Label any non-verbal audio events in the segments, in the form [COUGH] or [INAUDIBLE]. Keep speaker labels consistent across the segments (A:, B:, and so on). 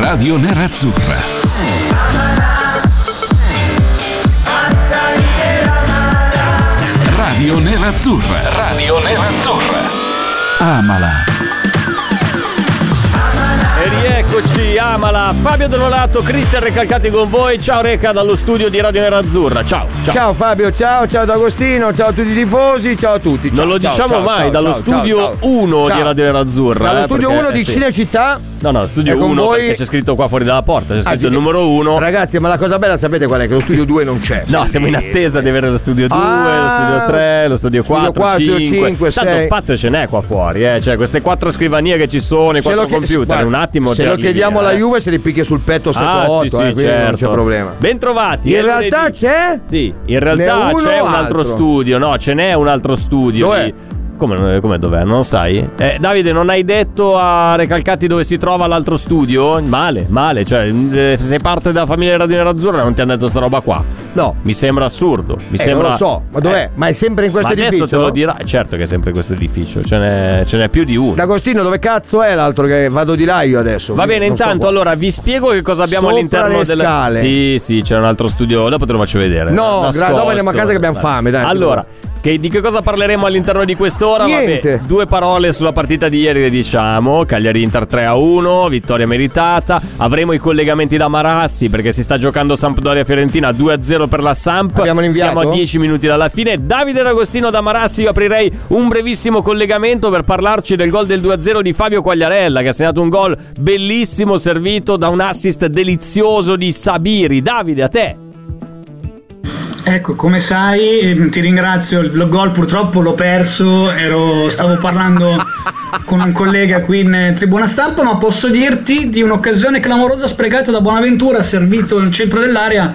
A: Radio Nerazzurra. Radio Nerazzurra. Radio Nerazzurra. Amala.
B: E rieccoci, Amala, Fabio Dolorato, Cristian Recalcati con voi. Ciao Reca dallo studio di Radio Nerazzurra. Ciao, ciao.
C: Ciao. Fabio, ciao, ciao D'Agostino, ciao a tutti i tifosi, ciao a tutti.
B: non lo diciamo mai, dallo studio 1 di Radio Nerazzurra.
C: Dallo
B: eh,
C: studio
B: perché-
C: 1 di
B: eh, sì.
C: Cinecittà.
B: No, no,
C: E
B: studio
C: con
B: 1
C: voi-
B: perché c'è scritto qua fuori dalla porta, c'è
C: Ah,
B: scritto
C: sì.
B: il numero 1.
C: Ragazzi, ma la cosa bella sapete qual è? Che lo studio 2 non c'è.
B: No, siamo in attesa di avere lo studio 2,
C: Ah,
B: lo studio 3, lo studio
C: studio
B: 4,
C: quattro,
B: 5.
C: cinque,
B: Tanto
C: sei.
B: spazio ce n'è qua fuori, eh. Cioè, queste quattro scrivanie che ci sono, i
C: Se
B: quattro
C: lo chied-
B: computer,
C: guarda,
B: un attimo
C: Se
B: te
C: lo
B: li
C: chiediamo
B: via,
C: alla
B: eh.
C: Juve se li picchia sul petto 7-8,
B: Ah, sì, sì,
C: eh, quindi non c'è
B: certo.
C: problema.
B: Bentrovati. è
C: In realtà
B: lunedì.
C: c'è?
B: Sì, in
C: Ne
B: realtà
C: è uno
B: c'è
C: o
B: un altro
C: altro?
B: studio. No, ce n'è un altro studio.
C: Dov'è?
B: di- Come, come dov'è? Non lo sai? Eh, Davide, non hai detto a Recalcati dove si trova l'altro studio? Male, male. Cioè, eh, se parte da famiglia Radio Nerazzurra non ti hanno detto sta roba qua.
C: No.
B: Mi sembra assurdo. Mi
C: Eh,
B: sembra...
C: non lo so, ma dov'è?
B: Eh,
C: Ma è sempre in
B: ma
C: questo
B: adesso
C: edificio?
B: te lo dirà. Certo che è sempre questo edificio. Ce n'è, ce n'è più di uno.
C: D'Agostino, dove cazzo è l'altro che vado di là io adesso?
B: Va bene,
C: Non sto
B: intanto
C: qua.
B: allora vi spiego che cosa abbiamo
C: Sopra
B: all'interno
C: le
B: delle
C: scale.
B: Sì, sì, c'è un altro studio, dopo te lo faccio vedere.
C: No,
B: Nascosto.
C: gra- dopo andiamo a casa che abbiamo
B: Vabbè.
C: fame, dai.
B: Allora, che- di che cosa parleremo all'interno di quest'ora?
C: Niente.
B: due parole sulla partita di ieri, diciamo. Cagliari Inter 3 a 1, vittoria meritata. Avremo i collegamenti da Marassi perché si sta giocando Sampdoria Fiorentina 2 a 0 per la Samp.
C: Abbiamo l'inviato?
B: Siamo a 10 minuti dalla fine. Davide D'Agostino da Marassi, io aprirei un brevissimo collegamento per parlarci del gol del 2-0 di Fabio Quagliarella che ha segnato un gol bellissimo servito da un assist delizioso di Sabiri. Davide, a te.
D: Ecco, come sai, ehm, ti ringrazio. Il lo- gol purtroppo l'ho perso. Ero, stavo parlando con un collega qui in eh, tribuna stampa, ma posso dirti di un'occasione clamorosa sprecata da Bonaventura, servito nel centro dell'area.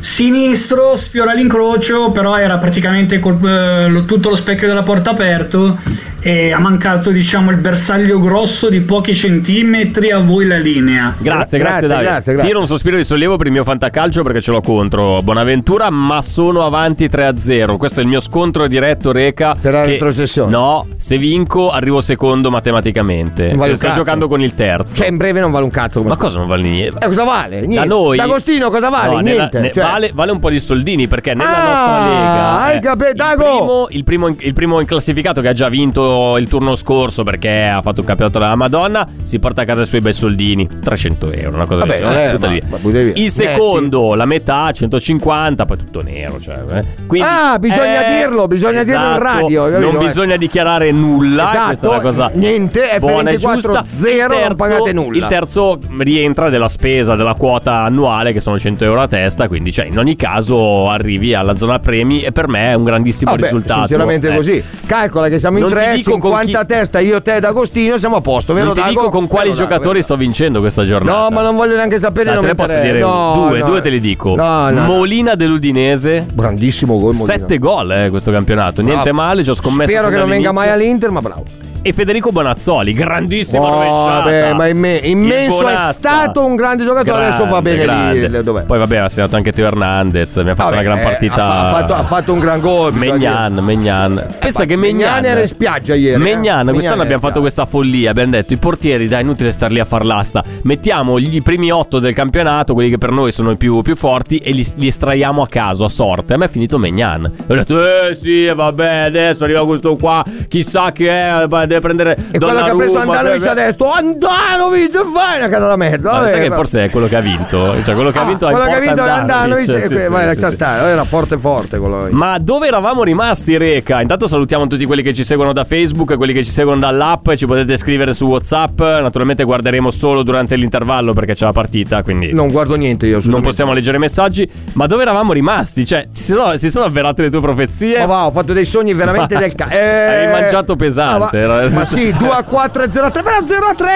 D: Sinistro, sfiora l'incrocio, però era praticamente col- eh, lo- tutto lo specchio della porta aperto e ha mancato diciamo il bersaglio grosso di pochi centimetri a voi la linea.
B: Grazie, grazie,
C: Grazie,
B: Davide.
C: grazie, grazie.
B: Tiro un sospiro di sollievo per il mio fantacalcio perché ce l'ho contro Bonaventura, ma sono avanti 3-0. Questo è il mio scontro diretto, Reca.
C: Per la
B: che-
C: retrocessione.
B: No, se vinco arrivo secondo matematicamente.
C: Non
B: Perché
C: vale un
B: sto
C: cazzo.
B: giocando con il terzo.
C: Cioè, in breve non vale un cazzo come
B: ma cosa non vale niente?
C: Eh, cosa vale? Niente.
B: Da noi
C: D'Agostino cosa vale?
B: No, nella-
C: Niente.
B: ne-
C: cioè-
B: vale, vale un po' di soldini perché nella
C: Ah,
B: nostra lega
C: hai
B: eh,
C: capito,
B: il,
C: Dago?
B: primo, il, primo in, il primo in classificato che ha già vinto il turno scorso perché ha fatto un campionato della Madonna si porta a casa i suoi bei soldini 300 euro una cosa
C: Vabbè,
B: del
C: non
B: genere,
C: è-
B: butta
C: ma-
B: lì.
C: ma butta via.
B: il secondo la metà 150 poi tutto nero cioè, eh. Quindi,
C: Ah, bisogna
B: eh,
C: dirlo, bisogna dirlo in
B: esatto,
C: radio, capito?
B: non
C: Eh.
B: bisogna dichiarare nulla questa è
C: Esatto,
B: una cosa
C: niente,
B: buona e
C: F24
B: giusta
C: zero,
B: Il
C: non pagate nulla.
B: il terzo rientra della spesa della quota annuale che sono 100 euro a testa quindi cioè in ogni caso arrivi alla zona premi e per me è un grandissimo
C: Vabbè,
B: risultato
C: Sinceramente
B: Eh.
C: così. Calcola che siamo in
B: Non ti
C: tre,
B: dico con
C: 50
B: chi-
C: a testa, io, te ed Agostino, siamo a posto, vero
B: non ti
C: Dago?
B: dico con quali
C: Vero, Dago,
B: giocatori
C: vero.
B: sto vincendo questa giornata
C: No, ma non voglio neanche sapere.
B: Dai,
C: non
B: te ne
C: mi
B: posso
C: interessa.
B: dire
C: No,
B: due,
C: no.
B: due te li dico
C: No, no, no.
B: Molina dell'Udinese
C: Grandissimo gol. Molina.
B: 7 gol eh, questo campionato, niente
C: Bravo.
B: male, ci ho scommesso
C: Spero
B: fin
C: che non venga
B: dall'inizio.
C: mai all'Inter, ma bravo.
B: E Federico Bonazzoli, grandissimo
C: Oh,
B: rovesciata.
C: vabbè, ma imme-
B: Il
C: immenso è
B: Bonazza.
C: stato un grande giocatore, adesso va bene lì, il- dov'è?
B: Poi vabbè, ha segnato anche Teo Hernandez, abbiamo fatto
C: Vabbè,
B: una gran
C: eh,
B: partita.
C: ha fa- ha fatto- ha fatto un gran gol, bisogna
B: Megnan, Megnan. Pensa
C: fa-
B: che Megnan,
C: Maignan era in spiaggia ieri, eh.
B: Maignan,
C: Maignan
B: quest'anno
C: era in
B: abbiamo fatto questa
C: spiaggia.
B: follia, abbiamo detto i portieri, dai, inutile star lì a far l'asta. Mettiamo i primi otto del campionato, quelli che per noi sono i più, più forti e li, li estraiamo a caso, a sorte. A me è finito Megnan. E ho detto "Eh sì, vabbè, adesso arriva questo qua, chissà che è, va- deve prendere
C: E quello che ha preso
B: Donnarumma,
C: Andanovic
B: beh, beh."
C: adesso, Andanovic, vai una casa da mezzo.
B: Ma
C: vabbè,
B: sai che
C: ma-
B: forse è quello che ha vinto, cioè quello che ha
C: Ah,
B: vinto
C: quello che ha vinto eh, è
B: Andanovic,
C: Andanovic,
B: sì,
C: e
B: sì,
C: que-
B: sì,
C: vai,
B: sì,
C: lascia
B: sì.
C: stare, era forte forte quello lì.
B: Ma dove eravamo rimasti, Reca? Intanto salutiamo tutti quelli che ci seguono da Facebook, quelli che ci seguono dall'app, ci potete scrivere su WhatsApp. Naturalmente guarderemo solo durante l'intervallo perché c'è la partita, quindi
C: Non guardo niente io,
B: non
C: assolutamente.
B: possiamo leggere i messaggi. Ma dove eravamo rimasti? Cioè, si sono, si sono avverate le tue profezie? [LAUGHS]
C: Ma va, ho fatto dei sogni veramente
B: Ma-
C: del cazzo.
B: Hai mangiato pesante, era- era.
C: Ma sì, 2 a 4 è 0 a 3, però 0 a 3.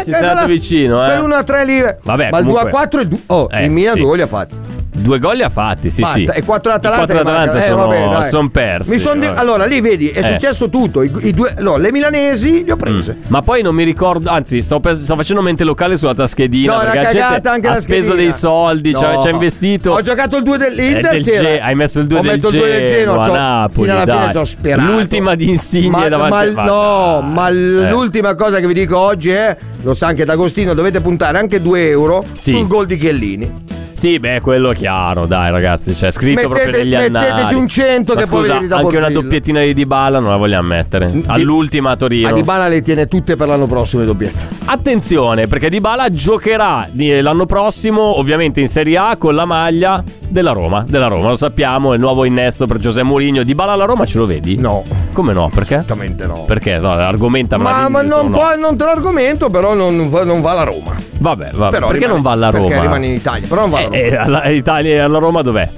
B: Eh, ci sei andato vicino, eh.
C: Per 1 a 3 lì.
B: Vabbè,
C: ma il 2
B: comunque-
C: a 4 è il du- Oh,
B: Eh,
C: il Milan
B: sì.
C: due gol li ha fatti.
B: Due gol li ha fatti, sì,
C: Basta,
B: sì.
C: e 4
B: I
C: all'Atalanta.
B: quattro all'Atalanta sono,
C: Eh, dai.
B: son persi.
C: Mi son de-
B: vabbè.
C: Allora, lì vedi, è
B: Eh. Mm.
C: successo tutto. I, i due... no, le milanesi li ho prese.
B: Ma poi non mi ricordo, anzi, sto, pers- sto facendo mente locale sulla taschedina.
C: No, è una
B: perché la
C: cagata
B: gente
C: anche
B: ha
C: la
B: speso
C: schedina.
B: dei soldi, cioè ci ha-
C: No.
B: ci ha investito.
C: Ho giocato il 2 dell'Inter.
B: Eh, del
C: c'era-
B: Ge- hai messo il 2
C: Ho
B: del
C: messo il 2 del Genoa.
B: Genoa,
C: c'ho-
B: Napoli,
C: fino alla
B: dai.
C: fine sono sperato.
B: L'ultima di Insigne
C: ma,
B: davanti
C: ma,
B: al- ma
C: No,
B: dai.
C: ma l-
B: Eh.
C: l'ultima cosa che vi dico oggi è: lo sa anche D'Agostino, dovete puntare anche 2 euro
B: Sì.
C: sul gol di Chiellini.
B: Sì, beh, quello è chiaro, dai ragazzi, cioè, è scritto proprio
C: Mettete-
B: negli annali.
C: metteteci un cento
B: Ma
C: che poi
B: scusa,
C: ve li dà
B: anche una
C: Bonfillo.
B: doppiettina di Dybala non la vogliamo mettere. All'ultima a Torino.
C: Ma Di Bala le tiene tutte per l'anno prossimo, le doppiette.
B: Attenzione, perché Dybala giocherà di- l'anno prossimo, ovviamente in Serie A con la maglia della Roma, della Roma, lo sappiamo, è il nuovo innesto per Giuseppe Mourinho. Dybala alla Roma ce lo vedi?
C: No,
B: Come no? Perché?
C: assolutamente no.
B: Perché? No, argomenta
C: ma, ma non, può- non te l'argomento, però non, non va, non va alla Roma.
B: Vabbè, vabbè.
C: Però
B: Ah, perché
C: rimane-
B: non va alla Roma?
C: Perché rimane in Italia, però non va alla Roma.
B: Eh, eh, alla, è Italia, e alla Roma dov'è?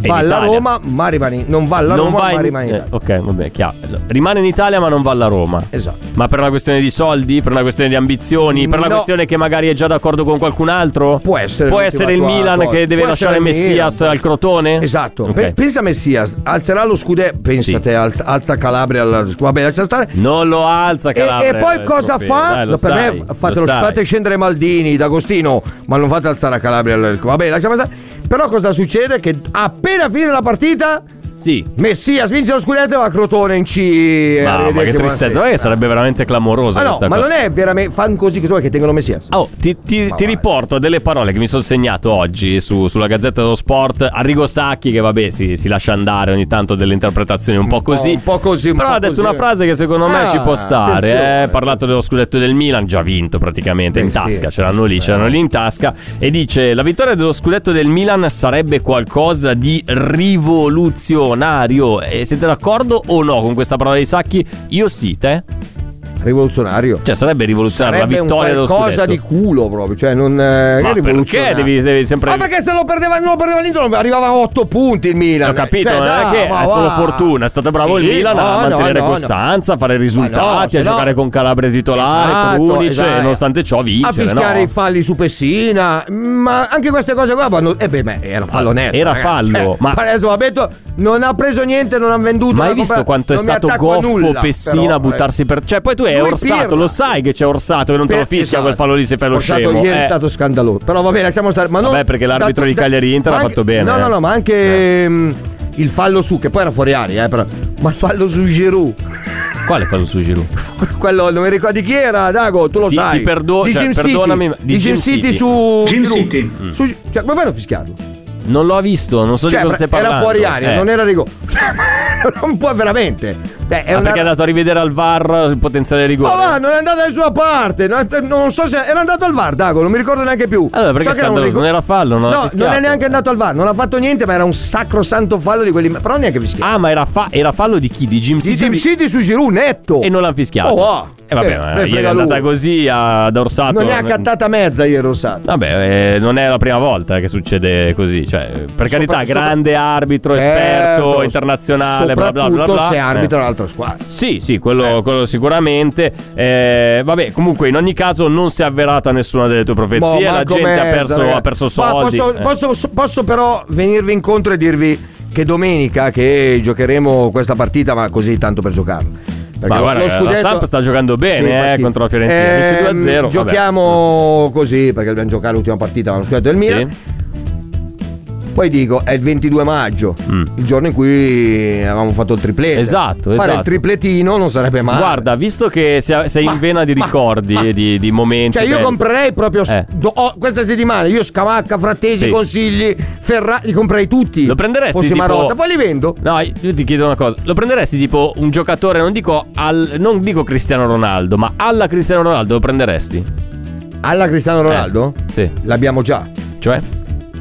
B: È in
C: va alla
B: Italia.
C: Roma, ma rimane in- Non va alla
B: Non
C: Roma,
B: va
C: ma
B: in-
C: rimane in
B: eh,
C: Italia.
B: ok, vabbè, chiaro. Rimane in Italia, ma non va alla Roma.
C: Esatto.
B: Ma per una questione di soldi, per una questione di ambizioni, per una
C: No.
B: questione che magari è già d'accordo con qualcun altro?
C: Può essere
B: Può
C: l'ultima
B: essere il
C: tua
B: Milan
C: cosa.
B: che deve
C: Può
B: lasciare
C: essere il Milan,
B: Messias
C: può
B: al
C: essere-
B: crotone?
C: Esatto,
B: Ok.
C: Pe- pensa a Messias, alzerà lo scudetto, pensate, alza, alza Calabria, alla- vabbè lascia stare.
B: Non lo Mm, alza,
C: E,
B: Calabria.
C: e poi
B: il
C: cosa
B: trofeo.
C: fa?
B: Dai, lo
C: per
B: sai,
C: me fatelo-
B: lo sai.
C: fate scendere Maldini, D'Agostino, ma non fate alzare a Calabria. alla- Vabbè, lasciamo stare. Però cosa succede? Che appena finita la partita,
B: Sì.
C: Messias vince lo scudetto e va a Crotone in C. eh, e
B: Ma, ma
C: arrivederci,
B: che tristezza,
C: buonasera.
B: guarda che sarebbe veramente clamorosa
C: Ma Ah, no,
B: questa
C: ma
B: cosa.
C: non è veramente. Fan così cosa vuoi che tengono Messias?
B: Oh, ti, ti- ti
C: vai.
B: riporto a delle parole che mi sono segnato oggi su- sulla Gazzetta dello Sport. Arrigo Sacchi, che vabbè, si, si lascia andare ogni tanto delle interpretazioni un po' così.
C: un po' così, un
B: Però
C: po'
B: ha detto
C: così.
B: una frase che secondo me
C: Ah,
B: ci può stare. eh. Ha
C: attenzione.
B: parlato dello scudetto del Milan, già vinto praticamente, in
C: Eh, sì.
B: tasca. Ce l'hanno lì, ce l'hanno lì in tasca. E dice: La vittoria dello scudetto del Milan sarebbe qualcosa di rivoluzionario. E siete d'accordo o no con questa parola di Sacchi? Io sì, te.
C: Rivoluzionario.
B: Ah. Cioè, sarebbe rivoluzionaria
C: Sarebbe
B: la
C: un
B: vittoria dello scudetto.
C: qualcosa di culo proprio, cioè non eh,
B: Ma
C: è rivoluzionario.
B: perché devi, devi sempre.
C: Ma perché se lo perdeva, non lo perdeva l'Inter arrivava a 8 punti il Milan.
B: Ho capito,
C: Cioè,
B: non
C: dai,
B: è che
C: ma
B: è solo
C: va.
B: fortuna, è stato bravo
C: Sì,
B: il Milan
C: no,
B: a mantenere
C: no, no,
B: costanza, a fare
C: Ma no,
B: risultati,
C: se
B: a giocare
C: no-
B: con Calabria titolare,
C: Esatto,
B: con Unice
C: esatto.
B: e nonostante ciò
C: A
B: vincere.
C: fischiare
B: no?
C: i falli su Pessina, ma anche queste cose qua vanno. E beh, beh, era fallo netto.
B: Era
C: ragazzi.
B: fallo,
C: Eh,
B: ma-
C: adesso Babetto non ha preso niente, non ha venduto.
B: Ma
C: la
B: hai visto
C: Coppa-
B: quanto è
C: non mi
B: stato
C: attacco a
B: goffo
C: nulla,
B: Pessina
C: però, eh.
B: a buttarsi per. Cioè, poi tu hai
C: Lui
B: orsato,
C: pirla.
B: lo sai che c'è orsato, che non te lo
C: Per-
B: fischia
C: esatto.
B: quel fallo lì se fai lo
C: Portato
B: scemo.
C: ieri
B: eh.
C: è stato scandaloso. Però va bene, lasciamo stare. Ma non,
B: Vabbè, perché l'arbitro di Cagliari-Inter
C: ma
B: ha
C: anche-
B: fatto bene,
C: No,
B: eh.
C: no, no, ma anche ehm, il fallo su, che poi era fuori aria, eh, però. Ma il fallo su Giroud.
B: Quale fallo su Giroud?
C: Quello non mi ricordo di chi era, Dago, tu lo
B: Ti-
C: sai.
B: ti perdo-
C: di
B: cioè,
C: Jim
B: perdonami, ma-
C: City.
B: di Jim
C: City,
B: City.
C: su
D: Jim
C: Giroud.
D: City.
C: Su- cioè, come fanno a fischiarlo?
B: Non l'ho visto, non so
C: Cioè,
B: di cosa stai
C: era
B: parlando.
C: fuori aria,
B: Eh.
C: non era rigore. [LAUGHS] non può veramente. Beh, è
B: Ah,
C: una-
B: perché è andato a rivedere al VAR il potenziale
C: Ma
B: rigore.
C: va, non è andato da nessuna parte. Non, non so se era andato al VAR, Dago, non mi ricordo neanche più.
B: Allora, perché
C: so che era un
B: scandaloso?
C: rigore-
B: Non era fallo, non ha
C: No, non
B: fischiato.
C: è neanche andato al VAR, non ha fatto niente, ma era un sacrosanto fallo di quelli. Però neanche fischiato.
B: Ah, ma era, fa- era fallo di chi? Di Jim
C: di
B: City?
C: Jim City su Giroud netto.
B: E non l'hanno fischiato.
C: Oh, ah.
B: E vabbè,
C: Eh,
B: ma
C: ne
B: ieri è
C: frega
B: andata
C: lui.
B: così eh. ad Orsato.
C: Non ne ha cattata mezza ieri Rossato.
B: Vabbè, eh, non è la prima volta che succede così. Cioè, per carità,
C: Sopra- sopra-
B: grande arbitro, esperto,
C: Certo,
B: internazionale, bla bla bla.
C: soprattutto
B: bla.
C: se Eh. arbitra
B: Eh.
C: un'altra squadra.
B: Sì, sì, quello, quello sicuramente. Eh, vabbè, comunque, in ogni caso, non si è avverata nessuna delle tue
C: Boh,
B: profezie. eh, la
C: manco
B: gente ha
C: mezza,
B: perso,
C: ragazzi.
B: ha perso
C: Ma
B: soldi.
C: Posso,
B: Eh.
C: posso- posso- posso però venirvi incontro e dirvi che domenica che giocheremo questa partita, ma così tanto per giocarla. Perché
B: Ma
C: lo-
B: guarda,
C: lo
B: la
C: scudetto-
B: Samp sta giocando bene,
C: fa
B: eh,
C: schifo.
B: contro la Fiorentina. Vince
C: Ehm,
B: 2-0, vabbè. Mm.
C: Giochiamo così perché dobbiamo giocare l'ultima partita, ma lo scudetto del Milan.
B: Eh, Sì.
C: Poi dico, è il 22 maggio,
B: Mm.
C: il giorno in cui avevamo fatto il tripletto.
B: Esatto,
C: Fare
B: esatto.
C: il tripletino non sarebbe male.
B: Guarda, visto che sei, sei in
C: Ma-
B: vena di
C: ma-
B: ricordi
C: ma-
B: e di, di momenti.
C: Cioè, io
B: belli.
C: comprerei proprio s-
B: Eh.
C: do- oh, questa settimana. Io Scamacca, Frattesi,
B: Sì.
C: Consigli, Ferrari, li comprerei tutti.
B: Lo prenderesti
C: Fossi
B: tipo-
C: Marotta, poi li vendo.
B: No, io ti chiedo una cosa. Lo prenderesti tipo un giocatore, non dico, al, non dico Cristiano Ronaldo, ma alla Cristiano Ronaldo lo prenderesti?
C: Alla Cristiano Ronaldo?
B: Eh, sì.
C: L'abbiamo già.
B: Cioè,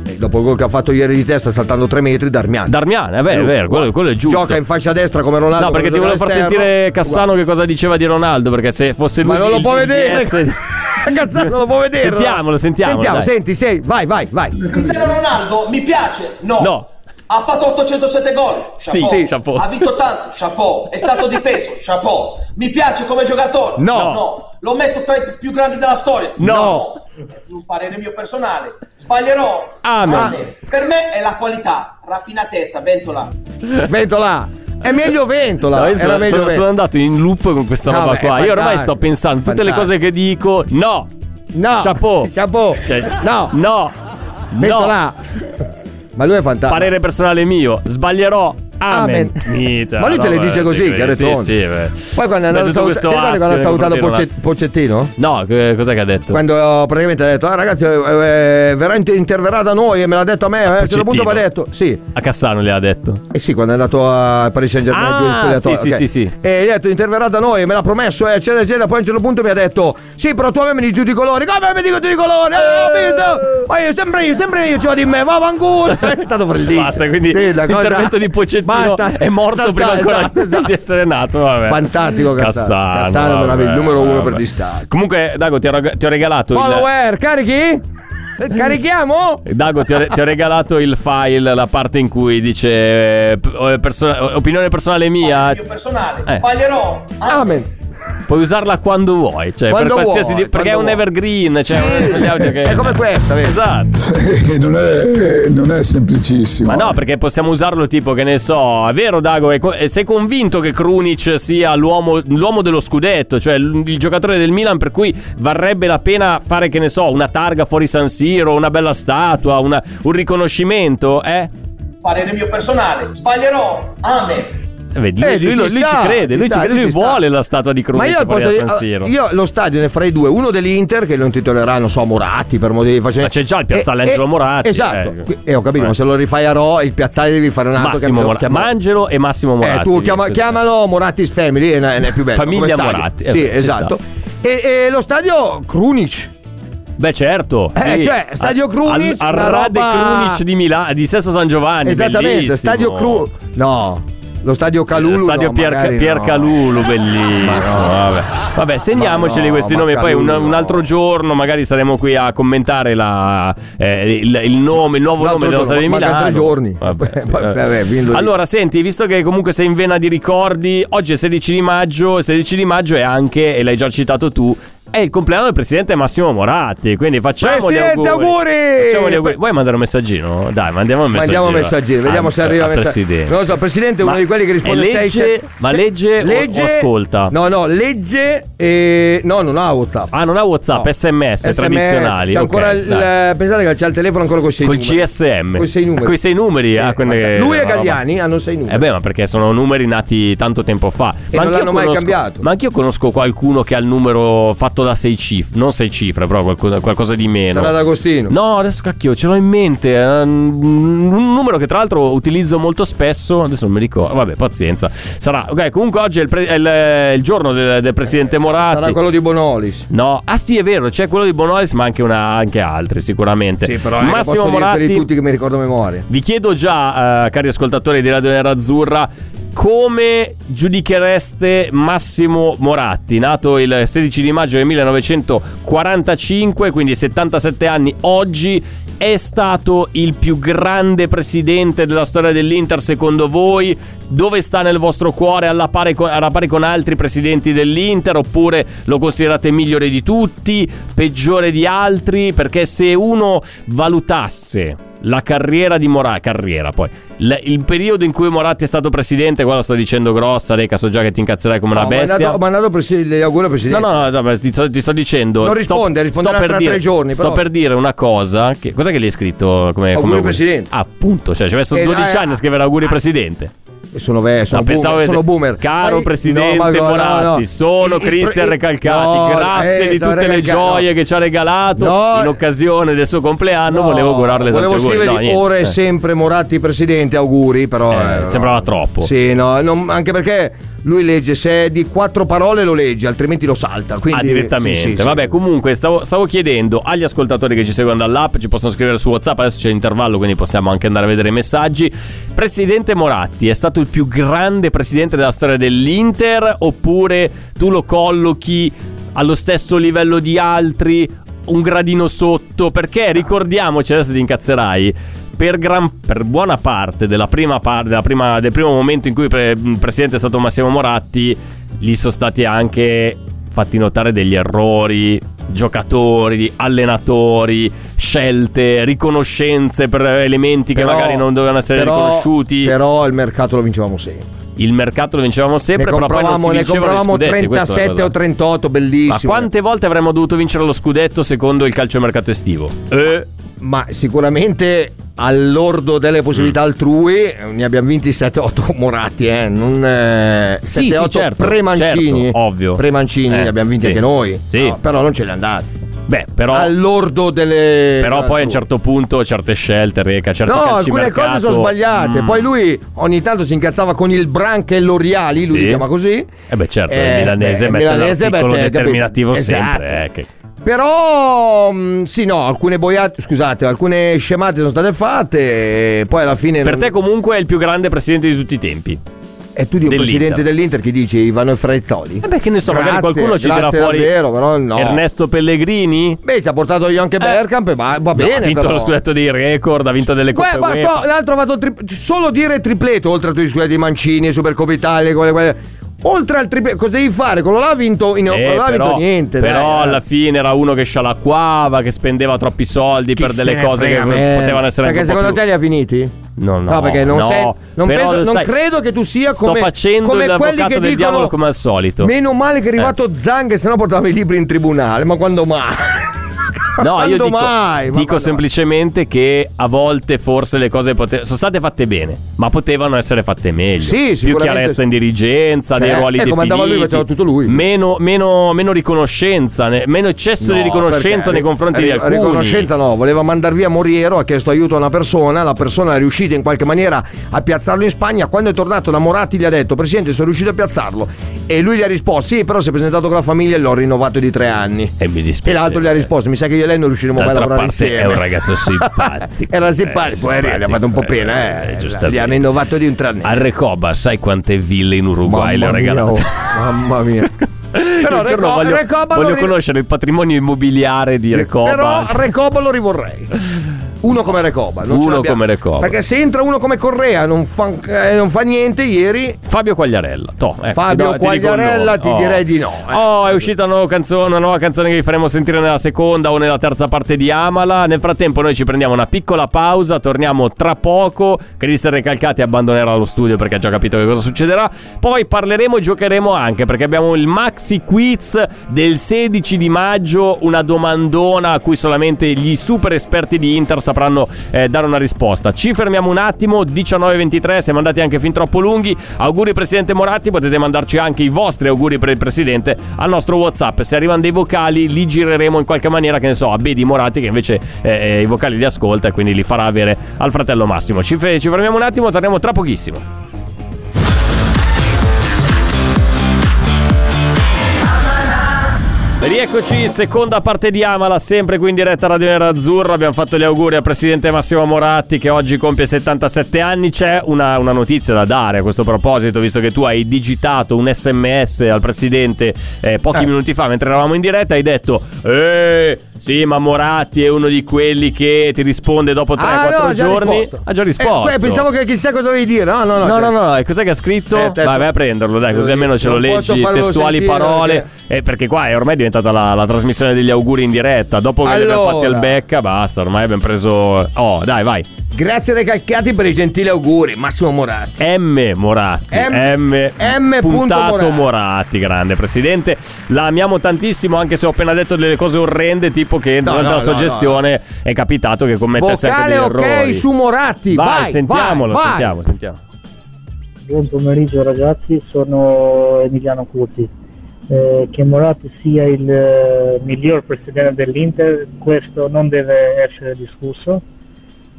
C: Eh, Dopo il gol che ha fatto ieri di testa, saltando tre metri, Darmian.
B: Darmian, è vero, è vero, quello, quello è giusto.
C: Gioca in fascia destra come Ronaldo.
B: No, perché ti volevo far sentire Cassano che cosa diceva di Ronaldo, perché se fosse lui...
C: Ma non lo
B: il-
C: può
B: il
C: vedere.
B: DS
C: [LAUGHS] Cassano non lo può vedere.
B: Sentiamolo, sentiamolo,
C: Sentiamo,
B: dai.
C: senti, sei. Vai, vai, vai.
E: Cristiano Ronaldo mi piace? No.
B: No.
E: Ha fatto 807 gol.
B: Sì,
E: chapeau.
B: sì, chapeau.
E: Ha vinto tanto. Chapeau. È stato di peso. Chapeau. Mi piace come giocatore.
C: No.
E: Lo metto tra i più grandi della storia.
B: No.
E: È Un parere mio personale. Sbaglierò.
B: Ah, no.
E: Ah, Per me è la qualità, raffinatezza, ventola.
C: Ventola. È meglio Ventola.
B: No, io
C: era
B: sono,
C: meglio
B: sono-
C: Ventola.
B: sono andato in loop con questa
C: No,
B: roba
C: beh,
B: qua. Io ormai
C: fantastico,
B: sto pensando tutte le cose che dico. No,
C: No.
B: Chapeau.
C: Chapeau.
B: Cioè,
C: No.
B: no,
C: Ventola. Ma lui è fantastico.
B: Parere personale mio, sbaglierò. Amen.
C: Amen. [LAUGHS]
B: Mizza,
C: Ma lui te le
B: no,
C: dice
B: beh,
C: così,
B: dico io,
C: chiaretone.
B: Sì, sì, beh.
C: Poi quando è
B: Beh,
C: andato a
B: tutto
C: saluta-
B: questo
C: ti ricordi quando ha
B: astio
C: salutato
B: nel confronto
C: Pocce- Pocettino?
B: di Ronaldo? No, eh, cos'è che ha detto?
C: Quando eh, praticamente ha detto, ah ragazzi, eh, eh, verrà inter- interverrà da noi e me l'ha detto a me, eh, a un certo punto mi ha
B: Pochettino.
C: detto, sì,
B: A Cassano le ha detto.
C: Eh sì, quando è andato a Paris Saint Germain
B: Ah,
C: giù in spogliatoio,
B: sì,
C: ok.
B: sì, sì, sì.
C: E gli ha detto interverrà da noi, me l'ha promesso, eh, eccetera, eccetera. Poi a un certo punto mi ha detto: Sì, però tu a me mi dici tutti i colori. Come mi dico tutti i colori? Eh, ho visto? Ma io sempre io, sempre io, ci vado in me, va vanculo. [LAUGHS] È stato bellissimo.
B: Basta, quindi
C: Sì, la cosa-
B: l'intervento di Pocettino
C: Basta.
B: è morto
C: Esatto,
B: prima ancora
C: esatto, esatto.
B: [LAUGHS] di essere nato. Vabbè.
C: Fantastico Cassano.
B: Cassano,
C: Cassano,
B: vabbè,
C: meraviglioso, numero uno
B: vabbè.
C: per distacco.
B: Comunque, Dago, ti ho, rag- ti ho regalato il.
C: Follower, carichi? Carichiamo?
B: Dago, ti ho, ti ho regalato il file, la parte in cui dice eh, p- eh, perso- opinione personale mia.
E: Mio personale.
B: Eh.
E: Sbaglierò. Ah,
C: Amen.
B: Puoi usarla quando vuoi, cioè
C: Quando
B: per qualsiasi
C: vuoi,
B: di- perché è un
C: quando vuoi.
B: evergreen, cioè
C: Sì.
B: un- gli audio che-
C: È come questa, vedi?
B: Esatto.
F: non, è, non è semplicissimo.
B: Ma no, perché possiamo usarlo tipo che ne so, è vero Dago, è co- e sei convinto che Krunic sia l'uomo, l'uomo dello scudetto, cioè l- il giocatore del Milan per cui varrebbe la pena fare che ne so, una targa fuori San Siro, una bella statua, una- un riconoscimento, eh?
E: Parere mio personale. Sbaglierò. Amen.
B: Eh, Vedi, lui,
C: Eh,
B: lui-
C: ci
B: lui
C: sta,
B: ci crede,
C: ci
B: lui,
C: sta,
B: ci-
C: lui
B: lui
C: ci sta.
B: vuole la statua di
C: Ma io
B: Krunic
C: al
B: fuori
C: posto
B: a
C: di- ah,
B: San Siro.
C: io lo stadio ne farei due, uno dell'Inter che lo intitolerà, non so, Moratti per motivi facenti.
B: Ma c'è già il piazzale Angelo Moratti,
C: Esatto.
B: eh.
C: Qui- E ho capito,
B: Eh.
C: ma se lo rifai a Ro, il piazzale devi fare un altro che
B: Massimo Moratti, Mangelo e Massimo Moratti.
C: eh, tu chiama-
B: via, così.
C: chiamalo Moratti's Family, e ne e ne è più bello.
B: Famiglia
C: come stadio.
B: Moratti, eh,
C: sì,
B: beh, ci
C: esatto. E, e lo stadio Krunic.
B: Beh, certo.
C: Eh,
B: sì.
C: cioè, Stadio
B: Al-
C: Krunic,
B: Al,
C: una
B: Rade
C: roba-
B: Krunic di Milano, di Sesto San Giovanni.
C: Esattamente,
B: Eh, bellissimo.
C: stadio Cru. No, lo stadio Calulu.
B: Eh, Stadio
C: no,
B: Pier,
C: magari
B: Pier
C: no.
B: Calulu, bellissimo. Vabbè, vabbè segniamoceli
C: Ma no,
B: questi
C: ma
B: nomi. Poi un,
C: Calulu
B: un
C: no.
B: altro giorno, magari saremo qui a commentare la- eh, il, il nome, il nuovo
C: Un altro
B: nome della
C: giorno,
B: stadio di
C: ma-
B: Milano.
C: manca tre giorni. [LAUGHS]
B: Vabbè, sì,
C: Poi,
B: vabbè.
C: vabbè, fin lì.
B: allora, senti, visto che comunque sei in vena di ricordi, oggi è 16 di maggio. 16 di maggio è anche, e l'hai già citato tu. È il compleanno del presidente Massimo Moratti, quindi facciamo gli
C: Presidente,
B: auguri.
C: auguri!
B: Facciamo gli auguri. Vuoi mandare un messaggino? Dai, mandiamo un messaggino.
C: Mandiamo un messaggino, vediamo
B: al-
C: se arriva
B: al
C: il messaggio.
B: Ah, Presidente.
C: Non lo so, il presidente è uno
B: Ma
C: di quelli che risponde
B: è legge,
C: sei, se-
B: ma
C: se-
B: legge, o- o, ascolta.
C: No, no, legge e no, non ha WhatsApp.
B: Ah, non ha WhatsApp,
C: No.
B: SMS, tradizionali.
C: C'è
B: ok,
C: ancora il-
B: dai.
C: pensate che c'è il telefono ancora con sei
B: Col
C: numeri.
B: CSM.
C: Con sei numeri.
B: Ah, coi sei numeri,
C: Sì,
B: ah, quindi-
C: infatti. Lui
B: una
C: e
B: roba.
C: Gagliani hanno sei numeri.
B: Eh beh, ma perché sono numeri nati tanto tempo fa. ma
C: non
B: anch'io
C: l'hanno mai
B: conosco-
C: cambiato.
B: Ma anch'io conosco qualcuno che ha il numero fatto da sei cifre, non sei cifre, però qualcosa, qualcosa di meno.
C: Sarà d'Agostino.
B: No, adesso cacchio, ce l'ho in mente. eh, Un numero che tra l'altro utilizzo molto spesso. Adesso non mi ricordo. Vabbè, pazienza. Sarà. Ok, comunque oggi è il, pre- è il- è il giorno del, del presidente Moratti.
C: Eh, Sarà quello di Bonolis.
B: No, ah sì, è vero, c'è quello di Bonolis, ma anche, una, anche altri, sicuramente.
C: non è eh, che
B: Massimo
C: posso dirteli
B: Moratti.
C: tutti che mi ricordo a memoria.
B: Vi chiedo già, eh, cari ascoltatori di Radio Nera Azzurra, come giudichereste Massimo Moratti, nato il 16 di maggio del 1945, quindi 77 anni oggi, è stato il più grande presidente della storia dell'Inter secondo voi? Dove sta nel vostro cuore alla pari con, alla pari con altri presidenti dell'Inter oppure lo considerate migliore di tutti, peggiore di altri? Perché se uno valutasse la carriera di Moratti, carriera poi, l- il periodo in cui Moratti è stato presidente, qua lo sto dicendo grossa, Reca, so già che ti incazzerai come una
C: No,
B: bestia.
C: Ho mandato, ho mandato presi- gli auguri
B: No,
C: al presidente.
B: no, no, no, ma ti, sto, ti sto dicendo.
C: Non
B: sto-
C: risponde, risponderà tra
B: dire,
C: tre giorni,
B: Sto
C: però.
B: per dire una cosa. Che, cos'è che gli hai scritto come.
C: Auguri
B: come
C: presidente.
B: Ah, appunto, cioè ci ho messo
C: Eh,
B: 12
C: eh,
B: anni a scrivere auguri presidente.
C: E Sono, ve- sono,
B: No,
C: boomer,
B: pensavo che-
C: sono boomer.
B: Caro
C: Poi-
B: presidente
C: no, ma- no, no,
B: Moratti,
C: no.
B: sono
C: Il- il-
B: Cristian
C: il-
B: Recalcati.
C: no,
B: grazie
C: eh,
B: di
C: sono
B: tutte le
C: Recalcati,
B: gioie
C: no.
B: che ci ha regalato
C: No.
B: in occasione del suo compleanno.
C: No,
B: volevo augurarle tanti
C: volevo
B: auguri.
C: scrivere
B: No, niente.
C: ora è
B: Eh.
C: sempre Moratti presidente, auguri, però
B: Eh,
C: eh,
B: sembrava
C: no.
B: troppo.
C: Sì, no, non- anche perché lui legge se è di quattro parole lo legge, altrimenti lo salta, quindi
B: Ah, direttamente.
C: sì, sì, sì.
B: Vabbè, comunque stavo, stavo chiedendo agli ascoltatori che ci seguono dall'app, ci possono scrivere su WhatsApp, adesso c'è l'intervallo, quindi possiamo anche andare a vedere i messaggi. Presidente Moratti è stato il più grande presidente della storia dell'Inter oppure tu lo collochi allo stesso livello di altri? Un gradino sotto, perché ricordiamoci, adesso ti incazzerai. per, gran, per buona parte della prima parte, della prima- del primo momento in cui pre- il presidente è stato Massimo Moratti, lì sono stati anche fatti notare degli errori, giocatori, allenatori, scelte, riconoscenze per elementi che magari non dovevano essere
C: però-
B: riconosciuti.
C: Però il mercato lo vincevamo sempre.
B: Il mercato lo vincevamo
C: Ne
B: sempre, però poi non si
C: compravamo, ne
B: vincevano gli
C: compravamo
B: scudetti, questa è la
C: 37 o
B: cosa.
C: 38,
B: Ma
C: bellissimo.
B: quante volte avremmo dovuto vincere lo scudetto secondo il calciomercato estivo? Eh,
C: Ma sicuramente all'ordo delle
B: Mm.
C: possibilità altrui eh, ne abbiamo vinti 7-8 con [LAUGHS] Moratti, eh. Non, eh, 7-8
B: Sì, sì, certo,
C: pre-mancini.
B: certo, ovvio.
C: Pre-mancini
B: Eh,
C: li abbiamo vinti
B: sì.
C: anche noi.
B: Sì.
C: No, però non ce li andati.
B: beh, però,
C: all'ordo delle.
B: però poi a un
C: altrui.
B: certo punto certe scelte, reca, certi
C: No, alcune
B: calcimercato-
C: cose sono sbagliate.
B: Mm.
C: Poi lui ogni tanto si incazzava con il branca e l'Oriali, lui
B: Sì.
C: li chiama così.
B: Eh beh certo, il
C: Eh,
B: milanese
C: beh,
B: mette
C: il milanese
B: l'articolo
C: mette-
B: determinativo
C: capito?
B: sempre. eh,
C: Esatto.
B: che-
C: Però mh, sì, no, alcune boiate, scusate, alcune scemate sono state fatte. e Poi alla fine.
B: Per
C: non-
B: te comunque è il più grande presidente di tutti i tempi.
C: E tu di un
B: dell'Inter.
C: presidente dell'Inter che dici Ivano Frezzoli?
B: Eh beh, che ne so, magari
C: Grazie,
B: qualcuno ci
C: grazie
B: tira fuori
C: davvero, però no.
B: Ernesto Pellegrini.
C: Beh, ci ha portato io anche Bergkamp, ma va
B: No,
C: bene.
B: ha vinto
C: però.
B: lo scudetto dei record, ha vinto delle coppe
C: Beh, ma
B: UEFA.
C: sto- l'altro ha fatto tri- solo dire tripleto, oltre a tutti gli scudetti di Mancini, Supercoppa Italia, quelle, quelle. Oltre al tripleto, cosa devi fare? Quello là ha vinto, in-
B: Eh,
C: quello là ha vinto niente. dai,
B: però
C: eh.
B: alla fine era uno che scialacquava, che spendeva troppi soldi
C: Chi
B: per
C: se
B: delle
C: ne
B: cose che
C: frega a me.
B: potevano essere
C: Perché
B: anche un po'
C: secondo te
B: più-
C: li ha finiti?
B: No, no,
C: perché non,
B: no,
C: sei- non
B: però,
C: penso- non
B: sai,
C: credo che tu sia
B: sto
C: come,
B: facendo
C: come
B: l'avvocato
C: quelli che
B: del
C: dicono,
B: diavolo come al solito.
C: Meno male che è arrivato
B: Eh.
C: Zang, sennò portava i libri in tribunale. Ma quando mai?
B: [LAUGHS] No, io
C: [LAUGHS] Quando
B: dico,
C: mai? Ma
B: dico
C: quando
B: semplicemente che a volte forse le cose pote- sono state fatte bene, ma potevano essere fatte meglio.
C: Sì,
B: Più
C: sicuramente.
B: chiarezza in dirigenza,
C: Cioè,
B: dei ruoli
C: eh, come andava lui,
B: definiti,
C: faceva tutto lui.
B: Meno, meno- meno riconoscenza, ne- meno eccesso
C: No,
B: di riconoscenza
C: perché?
B: nei confronti
C: Ri-
B: di alcuni.
C: Riconoscenza no, voleva mandar via Moriero, ha chiesto aiuto a una persona, la persona è riuscita in qualche maniera a piazzarlo in Spagna, quando è tornato da Moratti gli ha detto "Presidente, sono riuscito a piazzarlo" e lui gli ha risposto "Sì, però si è presentato con la famiglia e l'ho rinnovato di tre anni".
B: E Eh, mi dispiace.
C: E l'altro gli ha risposto, mi sa che io e lei non riusciremo mai a
B: D'altra
C: lavorare
B: parte
C: insieme.
B: è un
C: [LAUGHS]
B: ragazzo simpatico.
C: Era
B: Eh,
C: simpatico, poi gli ha fatto un po'
B: simpatico,
C: pena, eh.
B: giustamente.
C: Gli hanno innovato di un tranne.
B: A Recoba, sai quante ville in Uruguay le ho regalate?
C: oh, mamma
B: [LAUGHS]
C: mia. Però
B: Io un giorno
C: Reco-
B: voglio,
C: Recoba
B: voglio
C: lo ri-
B: conoscere il patrimonio immobiliare di Recoba.
C: Però Recoba lo rivorrei. Uno come Recoba. non ce
B: Uno
C: l'abbiamo.
B: come Recoba.
C: Perché se entra uno come Correa non fa, eh, non fa niente ieri.
B: Fabio Quagliarella. Toh, ecco,
C: Fabio
B: ti do- ti dico il
C: Quagliarella,
B: nome.
C: ti direi di no, eh.
B: Oh, è uscita una nuova canzone, una nuova canzone che vi faremo sentire nella seconda o nella terza parte di Amala. Nel frattempo noi ci prendiamo una piccola pausa, torniamo tra poco. Cristian Recalcati abbandonerà lo studio perché ha già capito che cosa succederà. Poi parleremo e giocheremo anche perché abbiamo il maxi quiz del 16 di maggio, una domandona a cui solamente gli super esperti di Inter sapranno eh, dare una risposta. Ci fermiamo un attimo, 19.23, siamo andati anche fin troppo lunghi. Auguri Presidente Moratti, potete mandarci anche i vostri auguri per il Presidente al nostro Whatsapp. Se arrivano dei vocali li gireremo in qualche maniera, che ne so, a Bedi Moratti che invece eh, eh, i vocali li ascolta e quindi li farà avere al fratello Massimo. Ci, fe- ci fermiamo un attimo, torniamo tra pochissimo. Rieccoci, seconda parte di Amala, sempre qui in diretta a Radio Nera Azzurra. Abbiamo fatto gli auguri al presidente Massimo Moratti che oggi compie 77 anni. C'è una, una notizia da dare a questo proposito, visto che tu hai digitato un sms al presidente eh, pochi minuti fa mentre eravamo in diretta. Hai detto, eh, sì, ma Moratti è uno di quelli che ti risponde dopo 3-4
C: Ah, ha già
B: giorni.
C: risposto.
B: ha già
C: Eh,
B: risposto.
C: beh, pensavo che chissà cosa dovevi dire. No, no, no.
B: No, no,
C: cioè-
B: no, e cos'è che ha scritto?
C: Eh, adesso- Eh,
B: vai, vai a prenderlo, dai, così
C: Non
B: almeno ce lo
C: posso
B: leggi.
C: farlo
B: Testuali
C: sentire
B: parole. Eh, perché qua è ormai diventata la, la trasmissione degli auguri in diretta. Dopo che li abbiamo fatti
C: Allora.
B: al becca, basta, ormai abbiamo preso. Oh, dai, vai.
C: Grazie Recalcati per i gentili auguri, Massimo Moratti.
B: M Moratti.
C: M-
B: M.
C: M.
B: Puntato
C: Moratti.
B: Moratti, grande presidente. La amiamo tantissimo, anche se ho appena detto delle cose orrende, tipo che
C: No,
B: durante
C: no,
B: la sua
C: no,
B: gestione è capitato che commettesse anche
C: Vocale
B: degli
C: ok
B: errori.
C: su Moratti.
B: vai,
C: Vai,
B: sentiamolo,
C: vai, vai.
B: sentiamo, sentiamo.
G: Buon pomeriggio ragazzi, sono Emiliano Curti. Eh, che Moratti sia il eh, miglior presidente dell'Inter, questo non deve essere discusso.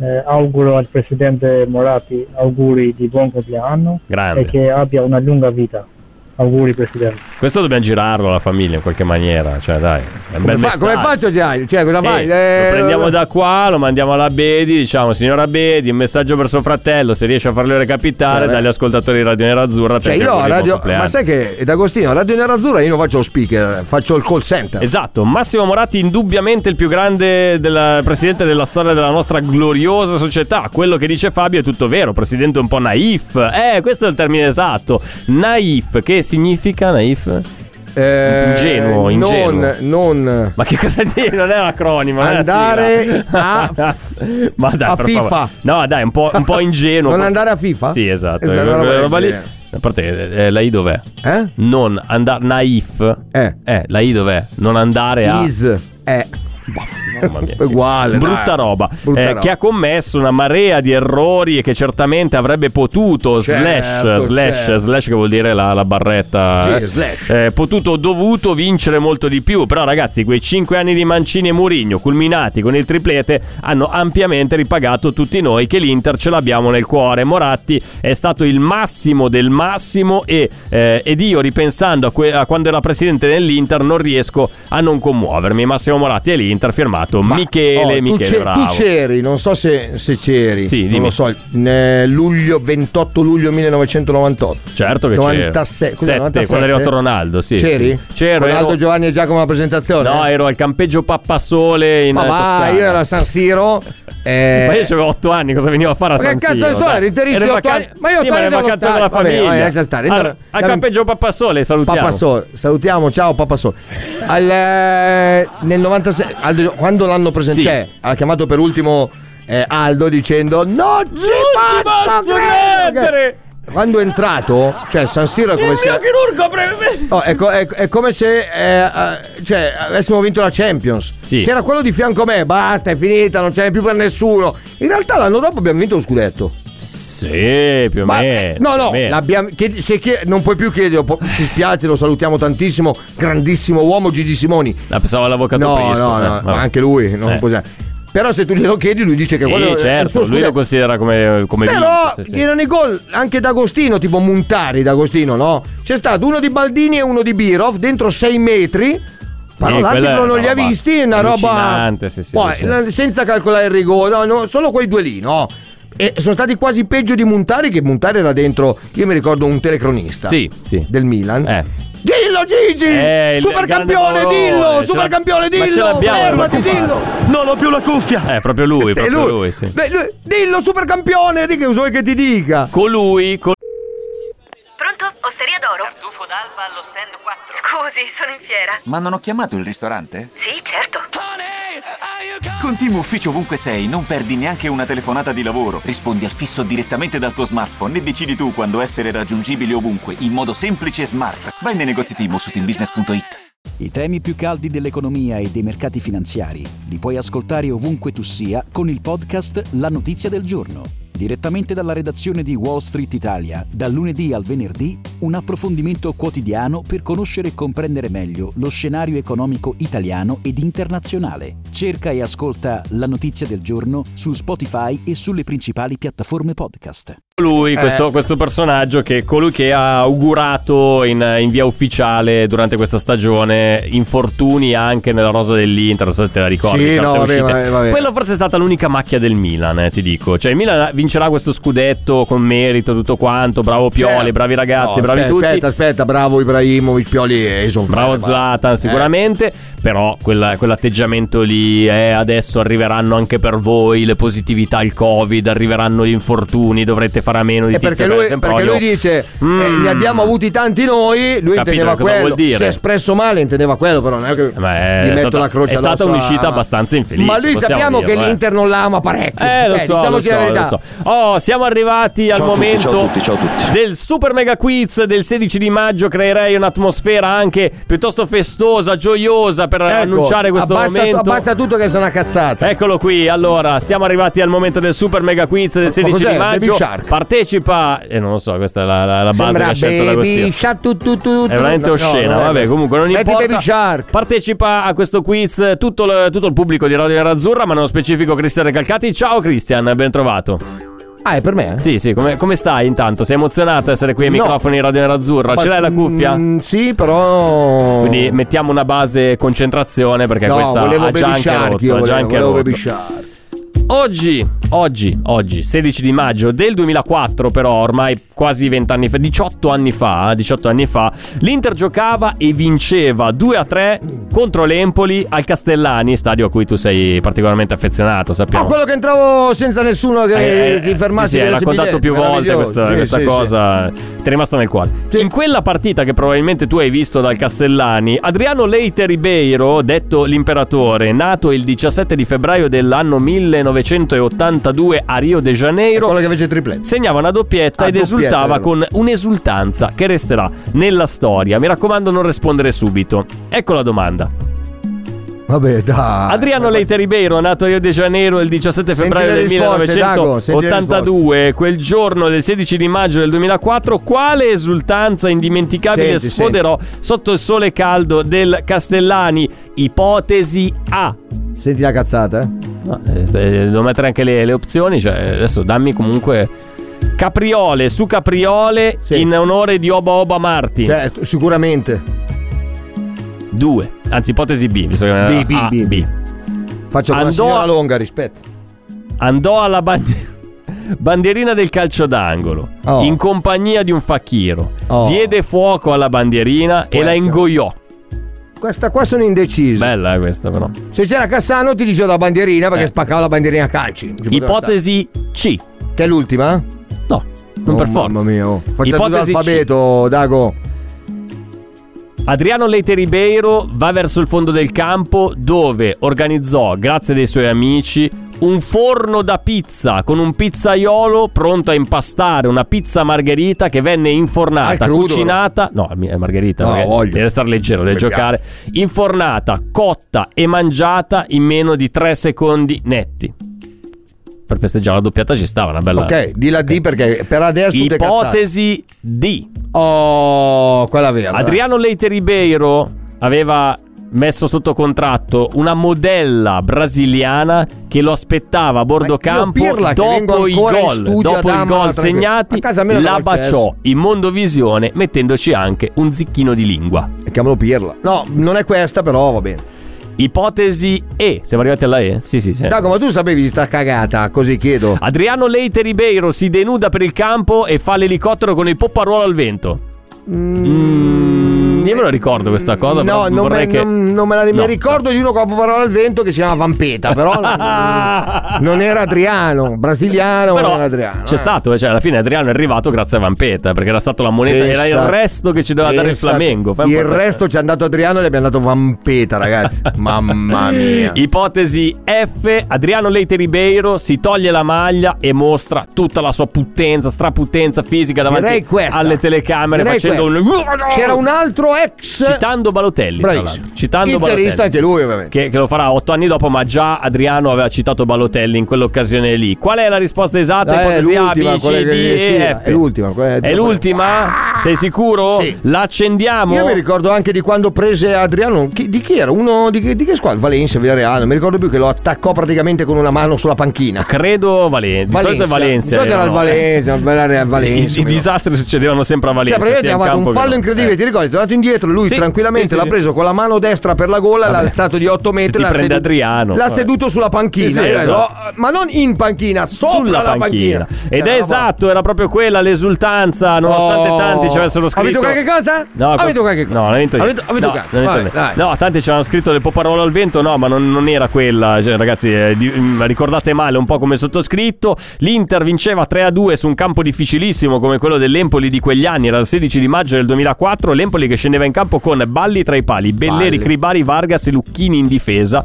G: Eh, auguro al presidente Moratti auguri di buon compleanno
B: Grande.
G: e che abbia una lunga vita. Auguri Presidente.
B: Questo dobbiamo girarlo alla famiglia in qualche maniera. Cioè, dai, è un
C: Come,
B: bel
C: fa-
B: messaggio.
C: come faccio Giaio? Cioè, cosa fai?
B: Eh,
C: Eh,
B: lo prendiamo da qua, lo mandiamo alla Bedi, diciamo signora Bedi, un messaggio per suo fratello, se riesce a farlo recapitare
C: Cioè,
B: dagli ascoltatori di Radio Nera Azzurra.
C: Cioè,
B: tanti
C: io
B: auguri, buon
C: radio-
B: compleanno.
C: ma sai che D'Agostino, Radio Nerazzurra io non faccio lo speaker, faccio il call center.
B: Esatto, Massimo Moratti indubbiamente il più grande della- presidente della storia della nostra gloriosa società. Quello che dice Fabio è tutto vero, presidente un po' naif. Eh, questo è il termine esatto. Naif, che significa naif?
C: Eh,
B: Ingenuo, ingenuo.
C: Non, non-
B: Ma che cosa dire? Non è un acronimo, non è una
C: Andare
B: sigla.
C: a f-
B: [LAUGHS] Ma dai,
C: a
B: per
C: FIFA.
B: favore. No, dai, un po', un po' ingenuo.
C: Non andare a FIFA?
B: Sì, esatto.
C: Esatto,
B: Quella
C: roba del
B: roba lì.
C: genere.
B: A parte, eh, la I dov'è?
C: Eh?
B: Non andare naif.
C: Eh.
B: la I dov'è? Non andare a
C: Is. Eh.
B: Mamma mia.
C: Uguale,
B: brutta
C: dai.
B: roba,
C: Brutta
B: eh,
C: roba.
B: che ha commesso una marea di errori e che certamente avrebbe potuto slash
C: Certo,
B: slash
C: certo.
B: slash che vuol dire la, la barretta
C: Sì,
B: eh,
C: slash.
B: eh, potuto o dovuto vincere molto di più però ragazzi quei 5 anni di Mancini e Murigno culminati con il triplete hanno ampiamente ripagato tutti noi che l'Inter ce l'abbiamo nel cuore Moratti è stato il massimo del massimo e, eh, ed io ripensando a, que- a quando era presidente dell'Inter non riesco a non commuovermi Massimo Moratti e l'Inter firmato
C: Ma- oh,
B: Michele
C: tu
B: Michele
C: c'è- tu,
B: Bravo
C: c'eri, non so se, se c'eri.
B: Sì,
C: non
B: dimmi.
C: lo so. eh, luglio 28 luglio 1998.
B: Certo che c'era.
C: 96, cos'è, 97?
B: quando è arrivato Ronaldo, sì.
C: c'eri?
B: sì. C'ero.
C: Con Aldo
B: ero-
C: Giovanni e Giacomo alla presentazione.
B: No, ero al campeggio Pappasole in
C: Ma
B: eh,
C: va,
B: Toscana.
C: io ero a San Siro. eh,
B: [LAUGHS] Ma io avevo 8 anni, cosa venivo a fare a
C: Ma che
B: San
C: cazzo ne
B: Siro?
C: so,
B: dai.
C: ero interista
B: Ero in
C: di otto
B: vacan-
C: anni. Ma io
B: sì,
C: otto
B: ma ero
C: anni
B: in
C: devo
B: vacanza
C: stare.
B: della
C: Vabbè,
B: famiglia.
C: vai, lascia stare.
B: Allora,
C: Andiamo-
B: al campeggio Pappasole, salutiamo.
C: Papa Sol, salutiamo, ciao Papa Sol. Al, eh, nel 96, Aldo Gio- quando l'hanno presentato,
B: Sì.
C: cioè, ha chiamato per ultimo eh, Aldo dicendo: Non ci
B: Non ci
C: posso
B: posso
C: credere!"
B: credere!
C: Quando è entrato, cioè San Siro è come se.
B: chirurgo [LAUGHS] breve.
C: Oh, è, co- è- è come se eh, eh, cioè, avessimo vinto la Champions.
B: Sì.
C: C'era quello di fianco a me, basta, è finita, non ce n'è più per nessuno. In realtà l'anno dopo abbiamo vinto lo scudetto.
B: Sì, più o
C: Ma-
B: meno.
C: no,
B: più o
C: no,
B: meno.
C: l'abbiamo- chiedi- se chie- non puoi più chiedere, po- ci spiace, lo salutiamo tantissimo, grandissimo uomo Gigi Simoni.
B: La pensavo all'avvocato
C: No,
B: Prisco.
C: no,
B: eh,
C: no,
B: vabbè.
C: ma anche lui. non
B: Eh.
C: può- Però se tu glielo chiedi lui dice che
B: Sì,
C: quello è il
B: certo,
C: suo
B: lui lo
C: scudetto.
B: considera come, come
C: Però
B: vinto, sì, sì.
C: tirano i gol anche D'Agostino, tipo Montari D'Agostino, no? C'è stato uno di Baldini e uno di Birov dentro 6 metri. Ma
B: quella è
C: l'arbitro
B: una
C: non li ha
B: roba
C: visti, è una roba.
B: allucinante, sì, sì,
C: Poi,
B: sì.
C: la- senza calcolare il rigore, no, no, solo quei due lì, no? E sono stati quasi peggio di Montari, che Montari era dentro. Io mi ricordo un telecronista
B: Sì, sì.
C: del Milan.
B: Eh.
C: Dillo Gigi!
B: Eh, il- il
C: supercampione,
B: grande
C: dillo!
B: Paolone,
C: Supercampione,
B: ce la- ma ce
C: dillo!
B: l'abbiamo,
C: Fermati,
B: ma come fa?
C: dillo!
B: Eh, proprio lui,
C: [LAUGHS] Sì,
B: proprio lui, sì.
C: Beh, lui- Dillo, supercampione, di che vuoi che ti dica?
B: Colui, col-
H: Pronto? Osteria d'oro? Tartufo d'alba allo stand 4. Scusi, sono in fiera.
I: Ma non ho chiamato il ristorante?
H: Sì, certo.
I: Con Team Ufficio ovunque sei, non perdi neanche una telefonata di lavoro. Rispondi al fisso direttamente dal tuo smartphone e decidi tu quando essere raggiungibile ovunque, in modo semplice e smart. Vai nei negozi Team o su teambusiness.it.
J: I temi più caldi dell'economia e dei mercati finanziari li puoi ascoltare ovunque tu sia con il podcast La notizia del giorno. Direttamente dalla redazione di Wall Street Italia, dal lunedì al venerdì, un approfondimento quotidiano per conoscere e comprendere meglio lo scenario economico italiano ed internazionale. Cerca e ascolta La notizia del giorno su Spotify e sulle principali piattaforme podcast.
B: colui,
C: Eh.
B: questo, questo personaggio che è colui che ha augurato in, in via ufficiale durante questa stagione infortuni anche nella rosa dell'Inter, non so se te la ricordi,
C: Sì,
B: certe
C: no, vabbè,
B: uscite.
C: vabbè, vabbè.
B: Quello forse è stata l'unica macchia del Milan, eh, ti dico. Cioè il Milan vincerà questo scudetto con merito, tutto quanto, bravo Pioli,
C: Certo.
B: bravi ragazzi,
C: No,
B: bravi
C: aspetta,
B: tutti.
C: Aspetta, aspetta, bravo Ibrahimovic, Pioli e Eh. son
B: Bravo
C: fermo,
B: Zlatan sicuramente, però quella- quell'atteggiamento lì, eh, adesso arriveranno anche per voi le positività al Covid, arriveranno gli infortuni, dovrete fare a meno di
C: Eh,
B: tizio
C: perché,
B: e Caio
C: lui,
B: Sempronio.
C: perché lui dice
B: Mm.
C: eh, ne abbiamo avuti tanti noi lui
B: Capito
C: intendeva
B: cosa vuol
C: quello
B: dire.
C: si è espresso male intendeva quello però non è che
B: Ma è
C: gli metto
B: stata-
C: la croce
B: è stata
C: addosso a-
B: un'uscita abbastanza infelice,
C: ma lui
B: possiamo
C: sappiamo
B: dirlo,
C: che
B: eh.
C: l'Inter non la ama parecchio
B: Eh, lo
C: Cioè,
B: so, lo
C: diciamoci
B: so,
C: la verità
B: lo so. Oh, siamo arrivati al momento del super mega quiz del 16 di maggio. Creerei un'atmosfera anche piuttosto festosa, gioiosa per
C: Ecco,
B: annunciare questo
C: abbassa,
B: momento. Eh,
C: abbassa tutto che sono una cazzata
B: Eccolo qui, allora siamo arrivati al momento del super mega quiz del 16
C: cos'è?
B: di maggio.
C: Baby Shark?
B: Partecipa, e non lo so, questa è la, la- la base
C: sembra
B: che ha scelto la
C: baby
B: questione.
C: shark tu, tu, tu,
B: È veramente
C: no,
B: oscena,
C: no, no,
B: vabbè,
C: no.
B: comunque non
C: metti
B: importa.
C: baby shark
B: Partecipa a questo quiz tutto il, tutto il pubblico di Radio Nerazzurra, ma nello specifico Cristian Recalcati. Ciao Cristian, ben trovato.
C: Ah, è per me?
B: Sì, sì, come, come stai intanto? Sei emozionato a essere qui ai microfoni Radio Nerazzurra?
C: Ma-
B: Ce l'hai la cuffia?
C: Mm, sì, però.
B: Quindi mettiamo una base concentrazione perché
C: no,
B: questa
C: volevo
B: ha
C: Baby
B: già anche
C: Shark,
B: rotto,
C: io
B: ha già
C: volevo,
B: anche
C: volevo
B: rotto.
C: Baby Shark.
B: Oggi, oggi, oggi, 16 di maggio del 2004 però, ormai quasi 20 anni fa, 18 anni fa, eh, 18 anni fa, l'Inter giocava e vinceva 2 a 3 contro l'Empoli al Castellani, stadio a cui tu sei particolarmente affezionato,
C: Ah,
B: sappiamo.
C: quello che entravo senza nessuno che
B: Eh,
C: ti fermassi.
B: sì, sì, hai
C: chiedesse
B: raccontato
C: biglietti,
B: più volte
C: meraviglioso.
B: questa,
C: Sì,
B: questa
C: sì, sì.
B: cosa. Ti è rimasta nel cuore. In quella partita che probabilmente tu hai visto dal Castellani, Adriano Leite Ribeiro, detto l'imperatore, nato il 17 di febbraio dell'anno 1982 a Rio de Janeiro,
C: Quello che fece il tripletto.
B: segnava una doppietta
C: Ecco Ah,
B: ed
C: doppietta,
B: esultava
C: vero.
B: con un'esultanza che resterà nella storia. Mi raccomando, non rispondere subito. Ecco la domanda.
C: Vabbè, dai.
B: Adriano Leite Ribeiro, nato a Rio de Janeiro il 17
C: Ah, Senti
B: febbraio
C: le
B: del
C: risposte, Dago, senti le
B: 1982, quel giorno del 16 di maggio del 2004, quale esultanza indimenticabile
C: Senti,
B: sfoderò sotto il sole caldo del Castellani? Ipotesi A.
C: Senti la cazzata, eh?
B: No, eh, eh, devo mettere anche le, le opzioni, cioè adesso dammi comunque Capriole su Capriole in onore di Oba Oba Martins.
C: Cioè, tu- sicuramente.
B: 2. Anzi, ipotesi B, visto che
C: B, B,
B: A,
C: B, B. Faccio una
B: Andò-
C: signora longa, rispetto.
B: andò alla band- [LAUGHS] bandierina del calcio d'angolo
C: Oh.
B: in compagnia di un facchiro,
C: Oh.
B: diede fuoco alla bandierina e la
C: essere.
B: ingoiò.
C: Questa qua sono indeciso.
B: Bella eh, questa però.
C: Se c'era Cassano ti dicevo la bandierina perché
B: Eh.
C: spaccava la bandierina a calci. Ci poteva
B: Ipotesi C.
C: stare. Che è l'ultima?
B: No, non
C: Oh,
B: per forza.
C: Mamma mia. oh. Faccia tutto
B: Ipotesi C.
C: l'alfabeto, Dago.
B: Adriano Leite Ribeiro va verso il fondo del campo dove organizzò, grazie dei suoi amici, un forno da pizza con un pizzaiolo pronto a impastare una pizza margherita che venne
C: Al
B: infornata,
C: Ah, crudo,
B: cucinata, no, mi- è margherita,
C: No,
B: perché
C: voglio.
B: deve stare leggero, deve
C: Mi
B: giocare, infornata, cotta e mangiata in meno di 3 secondi netti. Per festeggiare la doppiata ci stava una bella...
C: Ok, di la D perché per adesso tutte cazzate.
B: Ipotesi D.
C: Oh, quella vera.
B: Adriano Leite Ribeiro aveva messo sotto contratto una modella brasiliana che lo aspettava a bordo
C: Ma io,
B: campo
C: Pirla, che vengo
B: dopo i
C: ancora in
B: gol,
C: studio ad
B: dopo i
C: Amala,
B: gol
C: tranquillo.
B: segnati,
C: A casa almeno eh.
B: la
C: dava il CS.
B: baciò in mondovisione mettendoci anche un zicchino di lingua.
C: Chiamalo Pirla. No, non è questa, però va bene.
B: Ipotesi E, siamo arrivati alla E? Sì, sì, sì.
C: Dago, ma tu sapevi di sta cagata? Così chiedo.
B: Adriano Leite Ribeiro si denuda per il campo e fa l'elicottero con il popparuolo al vento. Mm, io me lo ricordo questa cosa,
C: no,
B: però
C: non
B: vorrei
C: me,
B: che...
C: non- non me la mi
B: No.
C: ricordo di uno con la parola al vento che si chiama Vampeta,
B: [LAUGHS]
C: però non- non era Adriano, brasiliano, ma
B: Però
C: non era Adriano. eh.
B: C'è stato, cioè alla fine Adriano è arrivato grazie a Vampeta, perché era stato la moneta, era
C: Pensa-
B: il resto che ci doveva dare il
C: Pensa-
B: Flamengo. Fai un
C: Il
B: po' te.
C: resto ci è andato Adriano e gli abbiamo dato Vampeta,
B: [LAUGHS]
C: ragazzi. Mamma mia.
B: Ipotesi F, Adriano Leite Ribeiro si toglie la maglia e mostra tutta la sua puttenza, straputenza fisica
C: Direi
B: davanti
C: questa.
B: alle telecamere
C: Direi
B: facendo
C: questa.
B: un...
C: C'era un altro ex.
B: Citando Balotelli, tra
C: Cioè, Bravissimo.
B: l'altro. citando
C: Interista
B: Balotelli,
C: anche
B: sì,
C: lui,
B: sì.
C: ovviamente.
B: Che, che lo farà otto anni dopo, ma già Adriano aveva citato Balotelli in quell'occasione lì. Qual è la risposta esatta?
C: Eh,
B: Ipotesi A,
C: l'ultima,
B: B, C,
C: quella
B: D
C: che-
B: e
C: sì,
B: F.
C: è l'ultima, quella-
B: È l'ultima? Sei sicuro?
C: Sì.
B: La accendiamo?
C: Io mi ricordo anche di quando prese Adriano. chi- di chi era? Uno di, che- di che squadra? Valencia, Villarreal. Non mi ricordo più che lo attaccò praticamente con una mano sulla panchina.
B: Credo Valencia. Di solito è Valencia.
C: Di solito era il
B: erano-
C: Valencia, Valencia,
B: I,
C: Valencia.
B: i disastri succedevano sempre a Valencia.
C: Cioè, praticamente
B: sia
C: ha
B: in
C: fatto
B: campo
C: un
B: che
C: fallo
B: no.
C: incredibile.
B: Eh.
C: Ti ricordi? È tornato indietro. Lui
B: Sì,
C: tranquillamente
B: sì, sì,
C: l'ha
B: sì.
C: preso con la mano destra per la gola, l'ha
B: Vabbè.
C: alzato di 8
B: Se
C: metri.
B: ti
C: l'ha
B: prende
C: sedu-
B: Adriano.
C: L'ha
B: vabbè.
C: seduto sulla panchina.
B: Sì, sì,
C: Eh,
B: esatto.
C: no, ma non in panchina, sopra
B: Eh, sulla
C: la panchina.
B: panchina. Ed
C: Cioè,
B: è
C: una roba-
B: esatto, era proprio quella l'esultanza, nonostante
C: Oh.
B: tanti ci avessero
C: Ha
B: scritto.
C: vinto qualche cosa?
B: No,
C: Ha
B: qual-
C: vinto qualche cosa?
B: No, non ha vinto
C: Ha
B: niente.
C: vinto- ha vinto
B: No,
C: cazzo,
B: non ha
C: vai,
B: vinto niente.
C: dai.
B: No, tanti ci hanno scritto le poparole al vento, no, ma non, non era quella. Cioè, ragazzi, eh, di- mm, ricordate male un po' come sottoscritto. L'Inter vinceva 3-2 su un campo difficilissimo come quello dell'Empoli di quegli anni, era il 16 di maggio del 2004, l'Empoli che scendeva in campo con Balli tra i pali, Belleri,
C: Balli.
B: Cribari, Vargas e Lucchini in difesa,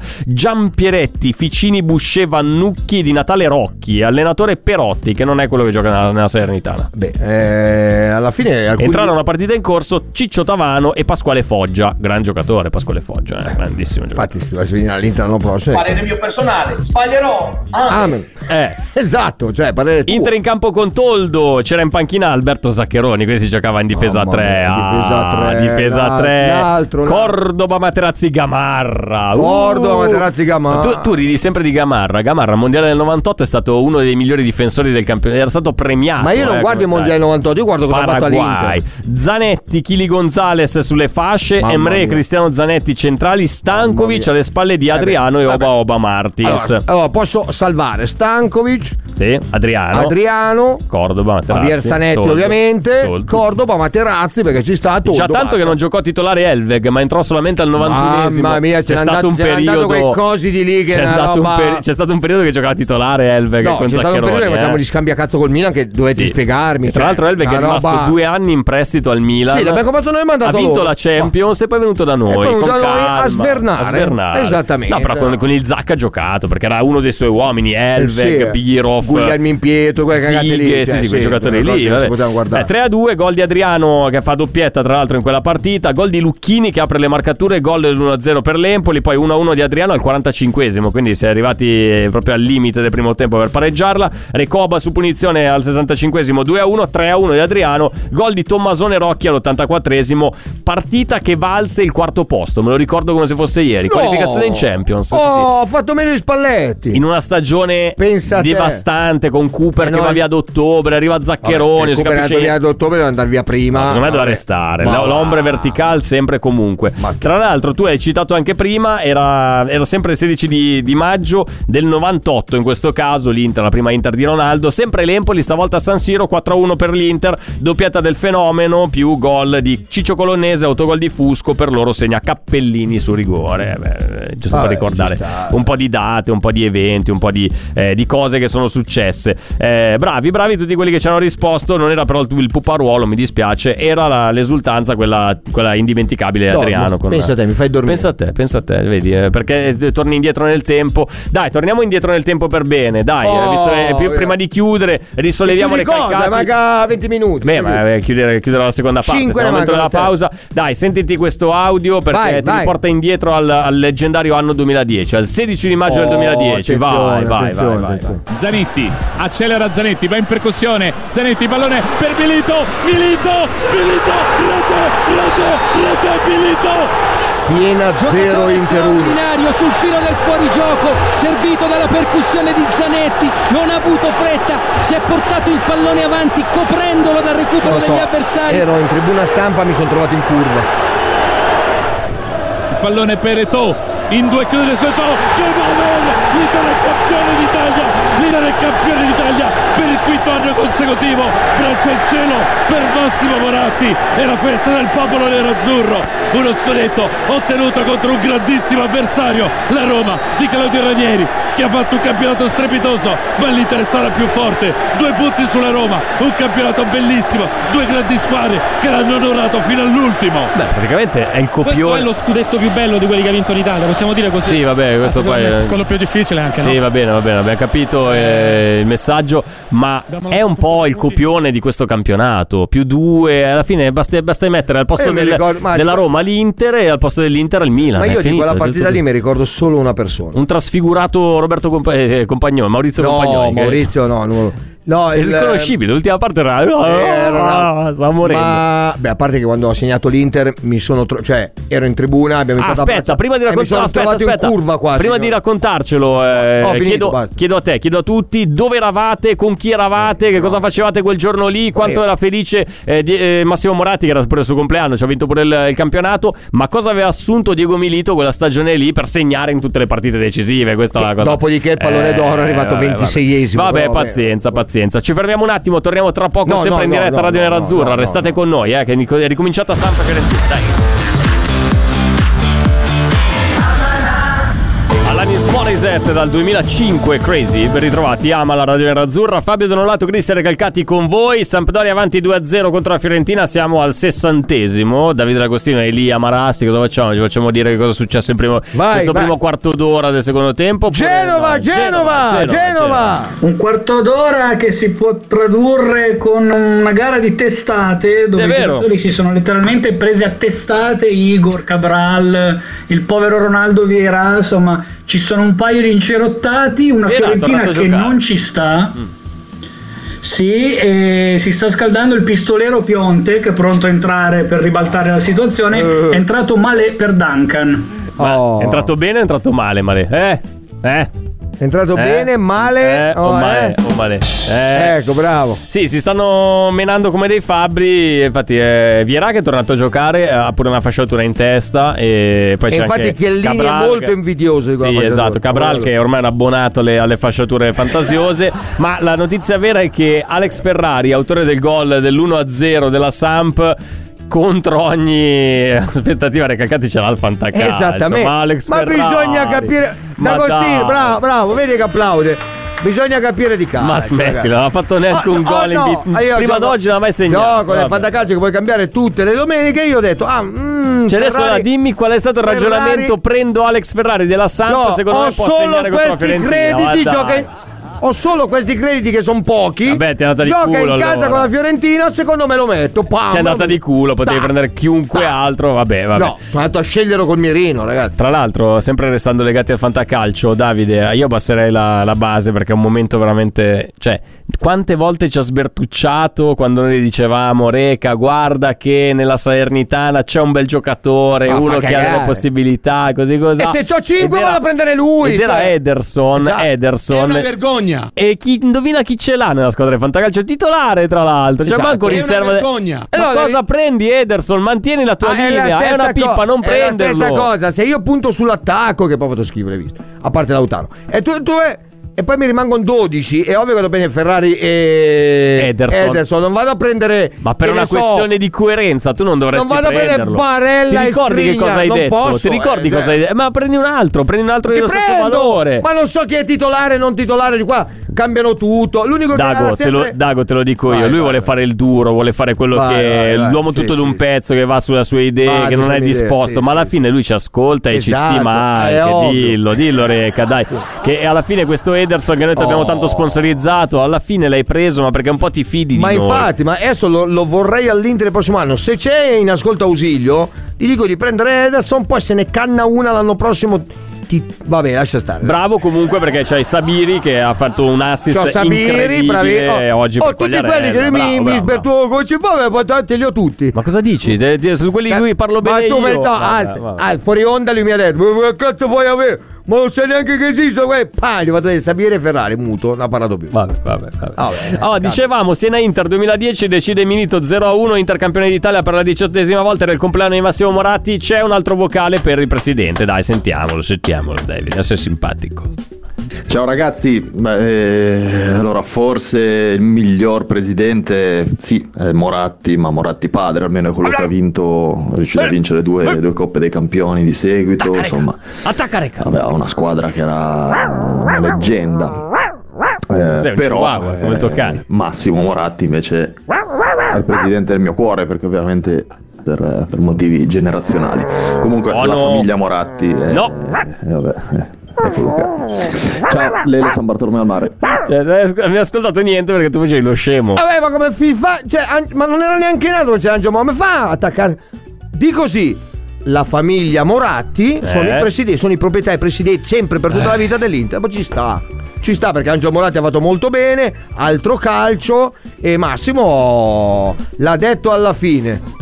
B: Giampieretti, Ficini, Buscè, Vannucchi di Natale Rocchi, allenatore Perotti, che non è quello che gioca nella, nella Salernitana.
C: Beh, eh, alla fine. alcuni-
B: Entrarono una partita in corso Ciccio Tavano e Pasquale Foggia, gran giocatore Pasquale Foggia, eh, grandissimo giocatore.
C: Infatti, se dovessi venire all'Inter l'anno prossimo.
E: Parere mio personale, sbaglierò. Ah,
C: Amen.
B: Eh,
C: Esatto, cioè, parere tuo.
B: Inter in campo con Toldo, c'era in panchina Alberto Zaccheroni, quindi si giocava in difesa a
C: Mamma
B: 3.
C: mia,
B: Ah,
C: difesa a tre,
B: difesa
C: un
B: 3.
C: altro, un
B: Cordoba Materazzi Gamarra. Uh!
C: Cordoba, Materazzi, Gamarra.
B: Tu, tu ridi sempre di Gamarra. Gamarra, mondiale del 98, è stato uno dei migliori difensori del campionato. Era stato premiato.
C: Ma io non
B: eh,
C: guardo il
B: come
C: mondiale
B: tale.
C: 98, io guardo cosa ha fatto all'Inter.
B: Paraguay. Zanetti, Chili Gonzales sulle fasce,
C: Mamma
B: Emre,
C: mia. Eh
B: Cristiano Zanetti centrali, Stankovic alle spalle di Adriano e Oba Oba Martins.
C: Allora, allora, posso salvare Stankovic,
B: Sì, Adriano.
C: Adriano,
B: Cordoba, Materazzi,
C: Javier Zanetti
B: Ah, Toldo,
C: ovviamente,
B: Toldo.
C: Cordoba, Materazzi perché ci sta Toldo.
B: Già tanto che non giocò titolare Elveg, ma entrò solamente al 91esimo.
C: Mamma mia, c'è
B: c'è stato
C: andato-
B: un
C: c'è andato
B: periodo
C: quei cosi di lì che
B: c'è,
C: era una
B: andato un
C: roba-
B: peri- c'è stato un periodo che giocava titolare Elveg
C: No,
B: con
C: c'è stato un
B: Zaccheroni,
C: periodo che
B: eh.
C: facciamo gli scambi a cazzo col Milan che dovete
B: Sì.
C: spiegarmi.
B: E tra
C: cioè,
B: l'altro Elveg è
C: una
B: rimasto
C: roba-
B: due anni in prestito al Milan.
C: Sì, l'abbiamo comprato noi e
B: ha
C: mandato
B: vinto
C: loro.
B: la Champions e poi è venuto da noi.
C: poi è venuto
B: con
C: da noi a
B: calma,
C: svernare.
B: a svernare.
C: Esattamente.
B: No, però con, con il Zac ha giocato perché era uno dei suoi uomini, Elveg,
C: sì.
B: Pirov,
C: Guglielmin Pietro, quelle cagate lì,
B: Zighe,
C: cioè,
B: sì, sì,
C: sì,
B: quei giocatori
C: quelle
B: lì. Eh,
C: cose che si potevano guardare.
B: 3 a 2, gol di Adriano che fa doppietta tra l'altro in quella partita, gol di Lucchini che apre le marcature, gol dell'1 0 per l'Empoli, poi 1 1 di Adriano al 45esimo, quindi si è arrivati proprio al limite del primo tempo per pareggiarla. Recoba su punizione al 65esimo, 2 a 1, 3 a 1 di Adriano, gol di Tommasone Rocchi all'84esimo, partita che valse il quarto posto, me lo ricordo come se fosse ieri,
C: No!
B: qualificazione in Champions. sì, sì, sì.
C: Oh, ho fatto meno gli spalletti.
B: In una stagione
C: Pensa a te.
B: devastante con Cooper
C: Eh
B: che
C: no,
B: va
C: eh.
B: via ad ottobre, arriva Zaccheroni,
C: Vabbè,
B: si
C: per
B: capisce-
C: ad ottobre deve andare via prima.
B: No, secondo me deve
C: Vabbè.
B: restare.
C: Ma
B: L-
C: va.
B: L'ombre verticale sempre e comunque. Tra l'altro, tu hai citato anche prima, era, era sempre il 16 di, di maggio del 98, in questo caso l'Inter, la prima Inter di Ronaldo. Sempre l'Empoli, stavolta a San Siro, 4-1 per l'Inter, doppietta del fenomeno, più gol di Ciccio Colonnese, autogol di Fusco, per loro segna Cappellini su rigore. Eh beh, eh, giusto
C: Vabbè,
B: per ricordare
C: ci sta.
B: un po' di date, un po' di eventi, un po' di, eh, di cose che sono successe. Eh, bravi, bravi tutti quelli che ci hanno risposto. Non era però il, il puparuolo, mi dispiace, era la- l'esultanza, quella, quella indimenticabile di
C: Dormo.
B: Adriano. Con
C: Pensa a te, mi fai dormire.
B: Pensa a te, pensa a te, vedi, eh, perché eh, torni indietro nel tempo. Dai, torniamo indietro nel tempo per bene, dai,
C: Oh,
B: eh, visto che è più-
C: eh.
B: prima di chiudere, risolleviamo le
C: Chiudi cosa?
B: calcate.
C: Manca 20 minuti.
B: Beh, ma eh, chiudere, chiudere la seconda parte.
C: Cinque
B: Siamo al
C: ne
B: momento della
C: mancano
B: pausa. Dai, sentiti questo audio perché
C: Vai,
B: ti
C: vai.
B: riporta indietro al, al leggendario anno 2010, al 16 di maggio del
C: Oh,
B: 2010. Vai, vai,
C: attenzione,
B: vai,
C: attenzione,
B: vai,
C: attenzione.
K: Zanetti, accelera Zanetti, va in percussione, Zanetti, pallone per Milito, Milito, Milito, rete, rete, rete, Milito!
C: Siena 0 Inter 1.
L: straordinario sul filo del fuorigioco, servito dalla percussione di Zanetti, non ha avuto fretta, si è portato il pallone avanti coprendolo dal recupero
C: Lo so,
L: degli avversari.
C: ero in tribuna stampa, mi sono trovato in curva.
K: Pallone per Eto, in due chiude su Eto, che momento! L'Italia è campione d'Italia, l'Italia è campione d'Italia per il quinto anno consecutivo, braccio al cielo per Massimo Moratti e la festa del popolo nero-azzurro, uno scudetto ottenuto contro un grandissimo avversario, la Roma di Claudio Ranieri che ha fatto un campionato strepitoso, ma l'Inter è stata più forte, due punti sulla Roma, un campionato bellissimo, due grandi squadre che l'hanno onorato fino all'ultimo.
B: Beh, praticamente è il
K: Questo è
B: copione.
K: lo scudetto più bello di quelli che ha vinto l'Italia, possiamo dire così.
B: Sì, vabbè, questo
K: Ah,
B: poi
K: sicuramente
B: è-
K: Quello più difficile anche, no?
B: Sì, va bene, va bene, abbiamo capito eh, il messaggio, ma è un po' il copione di questo campionato. Più due, alla fine basta, basta mettere al posto
C: Eh, mi
B: del-
C: ricordo- ma-
B: della Roma l'Inter e al posto dell'Inter il Milan.
C: Ma
B: è
C: io di
B: finito,
C: quella
B: è
C: partita
B: tutto
C: lì
B: qui.
C: mi ricordo solo una persona.
B: Un trasfigurato Roberto Compa- eh, Compagnone, Maurizio
C: No,
B: Compagnoni. che-
C: Maurizio no, no. No,
B: È riconoscibile, l'ultima parte era.
C: Eh, Era-
B: [LAUGHS] Ah, Eh, stavo morendo.
C: Ma beh, a parte che quando ho segnato l'Inter mi sono tro- cioè ero in tribuna, abbiamo
B: Ah,
C: iniziato a
B: aspetta,
C: abbracciare-
B: prima di
C: e mi sono
B: raccontarlo, aspetta,
C: trovato
B: aspetta.
C: in curva qua.
B: prima di
C: signor.
B: raccontarcelo, eh,
C: Ho finito,
B: chiedo,
C: basta. Eh,
B: chiedo a te, chiedo a tutti, dove eravate, con chi eravate, che cosa facevate quel giorno lì, quanto era felice eh, di- eh, Massimo Moratti che era pure il suo compleanno, ci ha vinto pure il, il campionato, ma cosa aveva assunto Diego Milito quella stagione lì per segnare in tutte le partite decisive, questa è la cosa. Eh,
C: Dopodiesimo il pallone d'oro è arrivato
B: vabbè,
C: 26esimo,
B: Vabbè,
C: però vabbè.
B: pazienza, pazienza. Ci fermiamo un attimo, torniamo tra poco
C: No,
B: sempre
C: no,
B: in
C: no,
B: diretta
C: no,
B: Radio
C: no,
B: Nerazzurra,
C: no, no,
B: restate con noi, eh, che è ricominciata Sampa Fiorentina. Dai. Alanis Morissette dal 2005, Crazy, ben ritrovati, ama la Radio Nerazzurra, Fabio Donolato, Cristian Recalcati con voi, Sampdoria avanti 2-0 contro la Fiorentina, siamo al sessantesimo, Davide D'Agostino è lì a Marassi, cosa facciamo? Ci facciamo dire che cosa è successo in primo,
C: Vai,
B: questo
C: vai.
B: primo quarto d'ora del secondo tempo? oppure-
C: Genova,
B: no,
C: Genova, Genova.
D: Un quarto d'ora che si può tradurre con una gara di testate dove
B: Sì, è
D: i
B: vero.
D: giocatori si sono letteralmente presi a testate Igor Cabral, il povero Ronaldo Vieira, insomma ci sono un paio di incerottati, una
B: Vieira è tornato
D: Fiorentina
B: a Mm.
D: che
B: giocare.
D: non ci sta. Sì, e si sta scaldando il pistolero Pionte che è pronto a entrare per ribaltare la situazione.
B: Eh.
D: È entrato male per Duncan.
B: Ma
C: Oh.
B: È entrato bene o è entrato male, Male? Eh? Eh?
C: È entrato bene, male?
B: Eh, o
C: Oh,
B: male,
C: eh.
B: o male.
C: Ecco, bravo.
B: Sì, si stanno menando come dei fabbri. Infatti, eh, Vierà che è tornato a giocare, eh, ha pure una fasciatura in testa. E poi
C: E
B: c'è
C: infatti
B: anche
C: Chiellini
B: Cabral
C: è molto
B: che-
C: invidioso di quella
B: Sì,
C: fasciatura.
B: esatto. Cabral,
C: Guardalo.
B: che è ormai un abbonato alle, alle
C: [LAUGHS]
B: fasciature fantasiose. ma la notizia vera è che Alex Ferrari, autore del gol dell'1-0 della Samp. Contro ogni aspettativa, Recalcati ce l'ha il fantacalcio
C: Esattamente.
B: Ma, Alex
C: Ma
B: Ferrari.
C: bisogna capire.
B: Ma
C: D'Agostino,
B: dai.
C: bravo, bravo, vedi che applaude. Bisogna capire di calcio.
B: Ma smettila,
C: ragazzi.
B: non ha fatto neanche un
C: Ah,
B: gol in
C: no,
B: vit-
C: ah, io
B: Mm, prima
C: gioco-
B: d'oggi non ha mai segnato.
C: Gioco nel
B: Vabbè.
C: fantacalcio che puoi cambiare tutte le domeniche. Io ho detto, ah, mm,
B: Cioè adesso
C: Ferrari-
B: la dimmi qual è stato il
C: Ferrari-
B: ragionamento prendo Alex Ferrari della Samp
C: No,
B: secondo
C: ho
B: me può
C: solo
B: segnare contro la
C: questi
B: Fiorentina
C: crediti.
B: ma dai.
C: gioca in- Ho solo questi crediti che sono pochi.
B: Vabbè, ti è andata di
C: gioca
B: culo,
C: in casa
B: allora.
C: con la Fiorentina. Secondo me lo metto. Pam.
B: Ti è andata di culo potevi
C: Dai.
B: prendere chiunque altro vabbè vabbè
C: No, sono andato a scegliere col mirino, ragazzi.
B: Tra l'altro, sempre restando legati al fantacalcio, Davide, io abbasserei la, la base perché è un momento veramente. Cioè, quante volte ci ha sbertucciato quando noi dicevamo, Reca, guarda che nella Salernitana c'è un bel giocatore,
C: Ma fa
B: uno che ha
C: cagare."
B: delle possibilità, così così.
C: E se c'ho cinque, vado a prendere lui,
B: Ed era
C: cioè.
B: Ederson.
C: Esatto.
B: Ederson.
C: È una
B: vergogna. E chi indovina chi ce l'ha nella squadra di fantacalcio? Titolare, tra l'altro. Cioè,
C: Esatto.
B: manco
C: È una
B: riserva.
C: vergogna.
B: Ma
C: Allora,
B: cosa prendi, Ederson? Mantieni la tua
C: Ah,
B: linea. È, una
C: co-
B: pippa, non prenderlo.
C: È la stessa cosa. Se io punto sull'attacco, che poi vado a scrivere, visto. A parte Lautaro. E tu, tu e poi mi rimangono 12. È ovvio che devo prendere Ferrari e
B: Ederson.
C: Non vado a prendere.
B: Ma per
C: che
B: una
C: ne so,
B: questione di coerenza, tu non dovresti
C: Non vado a bere
B: prenderlo.
C: Barella
B: Ti
C: e
B: ricordi
C: Skriniar,
B: che cosa hai
C: non
B: detto? Ti
C: posso,
B: ricordi
C: eh,
B: cosa hai
C: cioè.
B: detto? Ma prendi un altro, prendi un altro
C: Ti
B: dello stesso
C: prendo,
B: valore.
C: ma non so chi è titolare, non titolare. di Qua cambiano tutto. L'unico che
B: Dago,
C: ha
B: te
C: sempre...
B: lo, Dago, te lo dico io, lui vuole fare il duro, vuole fare quello
C: Vai,
B: che
C: vai, vai,
B: l'uomo
C: sì,
B: tutto d'un
C: sì,
B: pezzo che va sulla sua idea,
C: Va,
B: che non
C: sulla
B: è
C: mia idea,
B: disposto,
C: sì,
B: ma alla
C: sì,
B: fine lui ci ascolta e
C: Esatto,
B: ci stima
C: è
B: anche,
C: ovvio. Esatto.
B: dillo, dillo Reca, dai, che alla fine questo Ederson che noi ti abbiamo
C: Oh.
B: tanto sponsorizzato, alla fine l'hai preso, ma perché un po' ti fidi
C: Ma
B: di noi.
C: infatti, ma adesso lo, lo vorrei all'Inter il prossimo anno. Se c'è in ascolto ausilio, gli dico di prendere Ederson, poi se ne canna una l'anno prossimo. Ti... Vabbè, lascia stare.
B: Bravo comunque perché c'hai Sabiri che ha fatto un assist
C: C'ho Sabiri,
B: incredibile
C: bravi. Oh,
B: oggi
C: oh,
B: per
C: tutti quelli
B: Quagliarella.
C: che mi,
B: Bravo,
C: mi
B: bravo.
C: sbertuo con ci fa, ma tanti li ho tutti. Cioè,
B: Ma cosa dici? De- de- Su quelli di cui parlo
C: ma
B: bene
C: tu
B: io.
C: me- no,
B: Vabbè,
C: alt-
B: vabbè.
C: alt- fuori onda lui mi ha detto, ma che cazzo vuoi avere? Ma non sai neanche che esistono, quei Pah, gli vado a dire Sabiri e Ferrari, muto, non ha parlato più. Ah,
B: Vabbè, vabbè, vabbè.
C: Vabbè.
B: Allora, dicevamo, Siena Inter 2010 decide Milito 0-1, Inter campione d'Italia per la diciottesima volta del compleanno di Massimo Moratti. C'è un altro vocale per il presidente. Dai, sentiamolo, sentiamolo, David, sei simpatico.
M: Ciao ragazzi, beh, eh, allora forse il miglior presidente, sì, è Moratti, ma Moratti padre, almeno è quello che ha vinto, è riuscito a vincere due, due coppe dei campioni di seguito, insomma,
B: Attacca Reca.
M: aveva una squadra che era una leggenda. Eh,
B: Sei un chihuahua, come il tuo cane.
M: Massimo Moratti invece è il presidente del mio cuore perché ovviamente per, per motivi generazionali. Comunque la famiglia Moratti è,
B: No.
M: eh, vabbè, eh, è quello che è. Ciao Lele San Bartolomeo al mare.
B: Cioè, non hai asc- non hai ascoltato niente perché tu facevi lo scemo.
C: Vabbè, Eh, ma come fi- fa? Cioè, an- ma non era neanche nato, non c'era Angelo Ma come fa a attaccare? Dico sì, la famiglia Moratti sono,
B: Eh.
C: i preside- sono i proprietari, i presidenti sempre per tutta la vita dell'Inter. Ma ci sta, ci sta perché Angelo Moratti ha fatto molto bene, altro calcio e Massimo l'ha detto alla fine.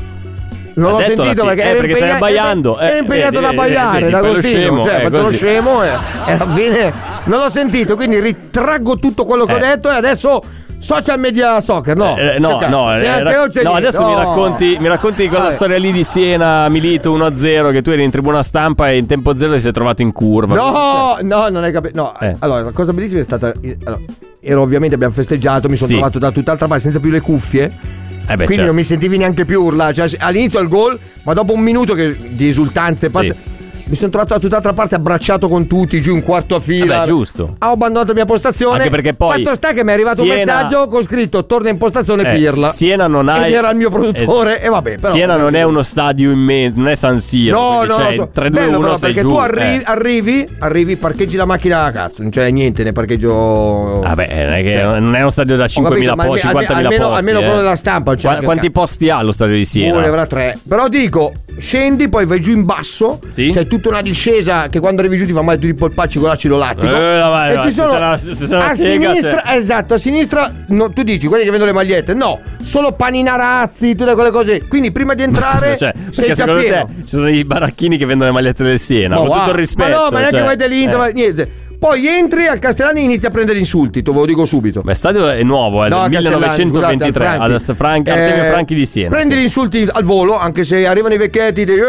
B: Ha
C: Non l'ho
B: detto alla
C: sentito
B: fine,
C: perché,
B: eh,
C: era
B: perché stai
C: impegna-
B: abbaiando,
C: Era
B: eh,
C: impegnato
B: vedi,
C: ad abbaiare,
B: vedi, quello
C: D'Agostino.
B: scemo,
C: Cioè,
B: eh,
C: ha fatto lo
B: così.
C: scemo e, e alla fine non l'ho sentito. Quindi ritraggo tutto quello che ho detto e adesso social media soccer. No,
B: Eh, no,
C: cioè, cazzo,
B: no, eh,
C: neanche
B: rac-
C: non c'è
B: no,
C: niente,
B: adesso mi
C: no.
B: racconti, mi racconti quella
C: Vabbè.
B: storia lì di Siena, Milito 1-0, che tu eri in tribuna stampa e in tempo zero ti sei trovato in curva.
C: No, no, non hai capito. No,
B: Eh.
C: allora, la cosa bellissima è stata. eh, allora, ero ovviamente, abbiamo festeggiato, mi sono
B: Sì.
C: trovato da tutt'altra parte senza più le cuffie.
B: Eh beh,
C: quindi
B: certo.
C: non mi sentivi neanche più urlare. Cioè, all'inizio il gol, ma dopo un minuto che- di esultanze pazze, Mi sono trovato da tutt'altra parte abbracciato con tutti, giù in quarto a fila.
B: Vabbè, Eh giusto.
C: Ho abbandonato la mia postazione.
B: Anche perché poi
C: Fatto sta che mi è arrivato
B: Siena-
C: un messaggio con scritto: Torna in postazione
B: Eh,
C: Pirla.
B: Siena non ha.
C: Ed era il mio produttore.
B: Eh,
C: e vabbè, però.
B: Siena non è uno stadio immenso, non è San Siro.
C: No,
B: quindi
C: no,
B: cioè,
C: so-
B: 3-2-1
C: bello però,
B: sei
C: perché
B: giù.
C: tu arri-
B: eh.
C: arrivi, arrivi, parcheggi la macchina a cazzo, non c'è niente nel parcheggio. Cioè,
B: Vabbè, Ah, non è, che- non è uno stadio da 5.000
C: Ho capito, ma
B: posti,
C: alme-
B: 50.000
C: almeno-
B: posti.
C: almeno
B: eh.
C: quello della stampa, cioè,
B: Qua-
C: che
B: quanti
C: cazzo.
B: posti ha lo stadio di Siena?
C: Uno ne avrà tre. Però dico, scendi, poi vai giù in basso. C'è tutta una discesa che quando arrivi giù ti fa male tutti i polpacci con l'acido lattico.
B: Eh, vai,
C: e
B: vai,
C: ci
B: se
C: sono.
B: sarà- se sarà
C: a
B: sega,
C: sinistra,
B: se-
C: esatto, a sinistra no, tu dici quelli che vendono le magliette. No, solo paninarazzi, tutte quelle cose. Quindi prima di
B: Ma
C: entrare,
B: scusa, cioè,
C: sei
B: perché
C: già
B: secondo
C: pieno.
B: te ci sono i baracchini che vendono le magliette del Siena? con
C: va.
B: tutto il rispetto.
C: Ma no, ma neanche
B: cioè,
C: vai dell'Inter,
B: eh.
C: vai- niente. Poi entri al Castellani e inizi a prendere insulti, te ve lo dico subito.
B: Ma il stadio è nuovo, è
C: No,
B: del
C: Castellani,
B: 1923.
C: scusate, al Franchi.
B: Ad Ast- Franchi-
C: Eh,
B: Artemio Franchi di Siena.
C: Prendi gli insulti al volo, anche se arrivano i vecchietti di eh,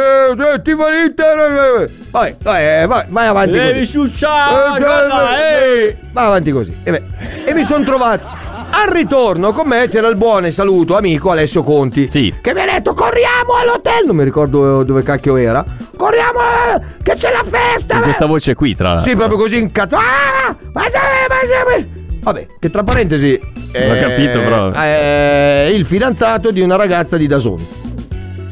C: eh, ti va l'Inter, eh, eh". Vai, vai, eh, vai, vai avanti
B: Devi
C: così.
B: ciucciare, Gianna, eh.
C: Vai avanti così. E, beh, e mi sono trovato al ritorno con me c'era il buon e saluto amico Alessio Conti. Che mi ha detto "Corriamo all'hotel", non mi ricordo eh, dove cacchio era. "Corriamo eh, che c'è la festa".
B: Con
C: eh".
B: questa voce qui, tra l'altro.
C: Sì, proprio così incazzato. Ah, ma dove- ma dove- Vabbè, che tra parentesi.
B: L'ho capito, però.
C: È il fidanzato di una ragazza di Dasoni,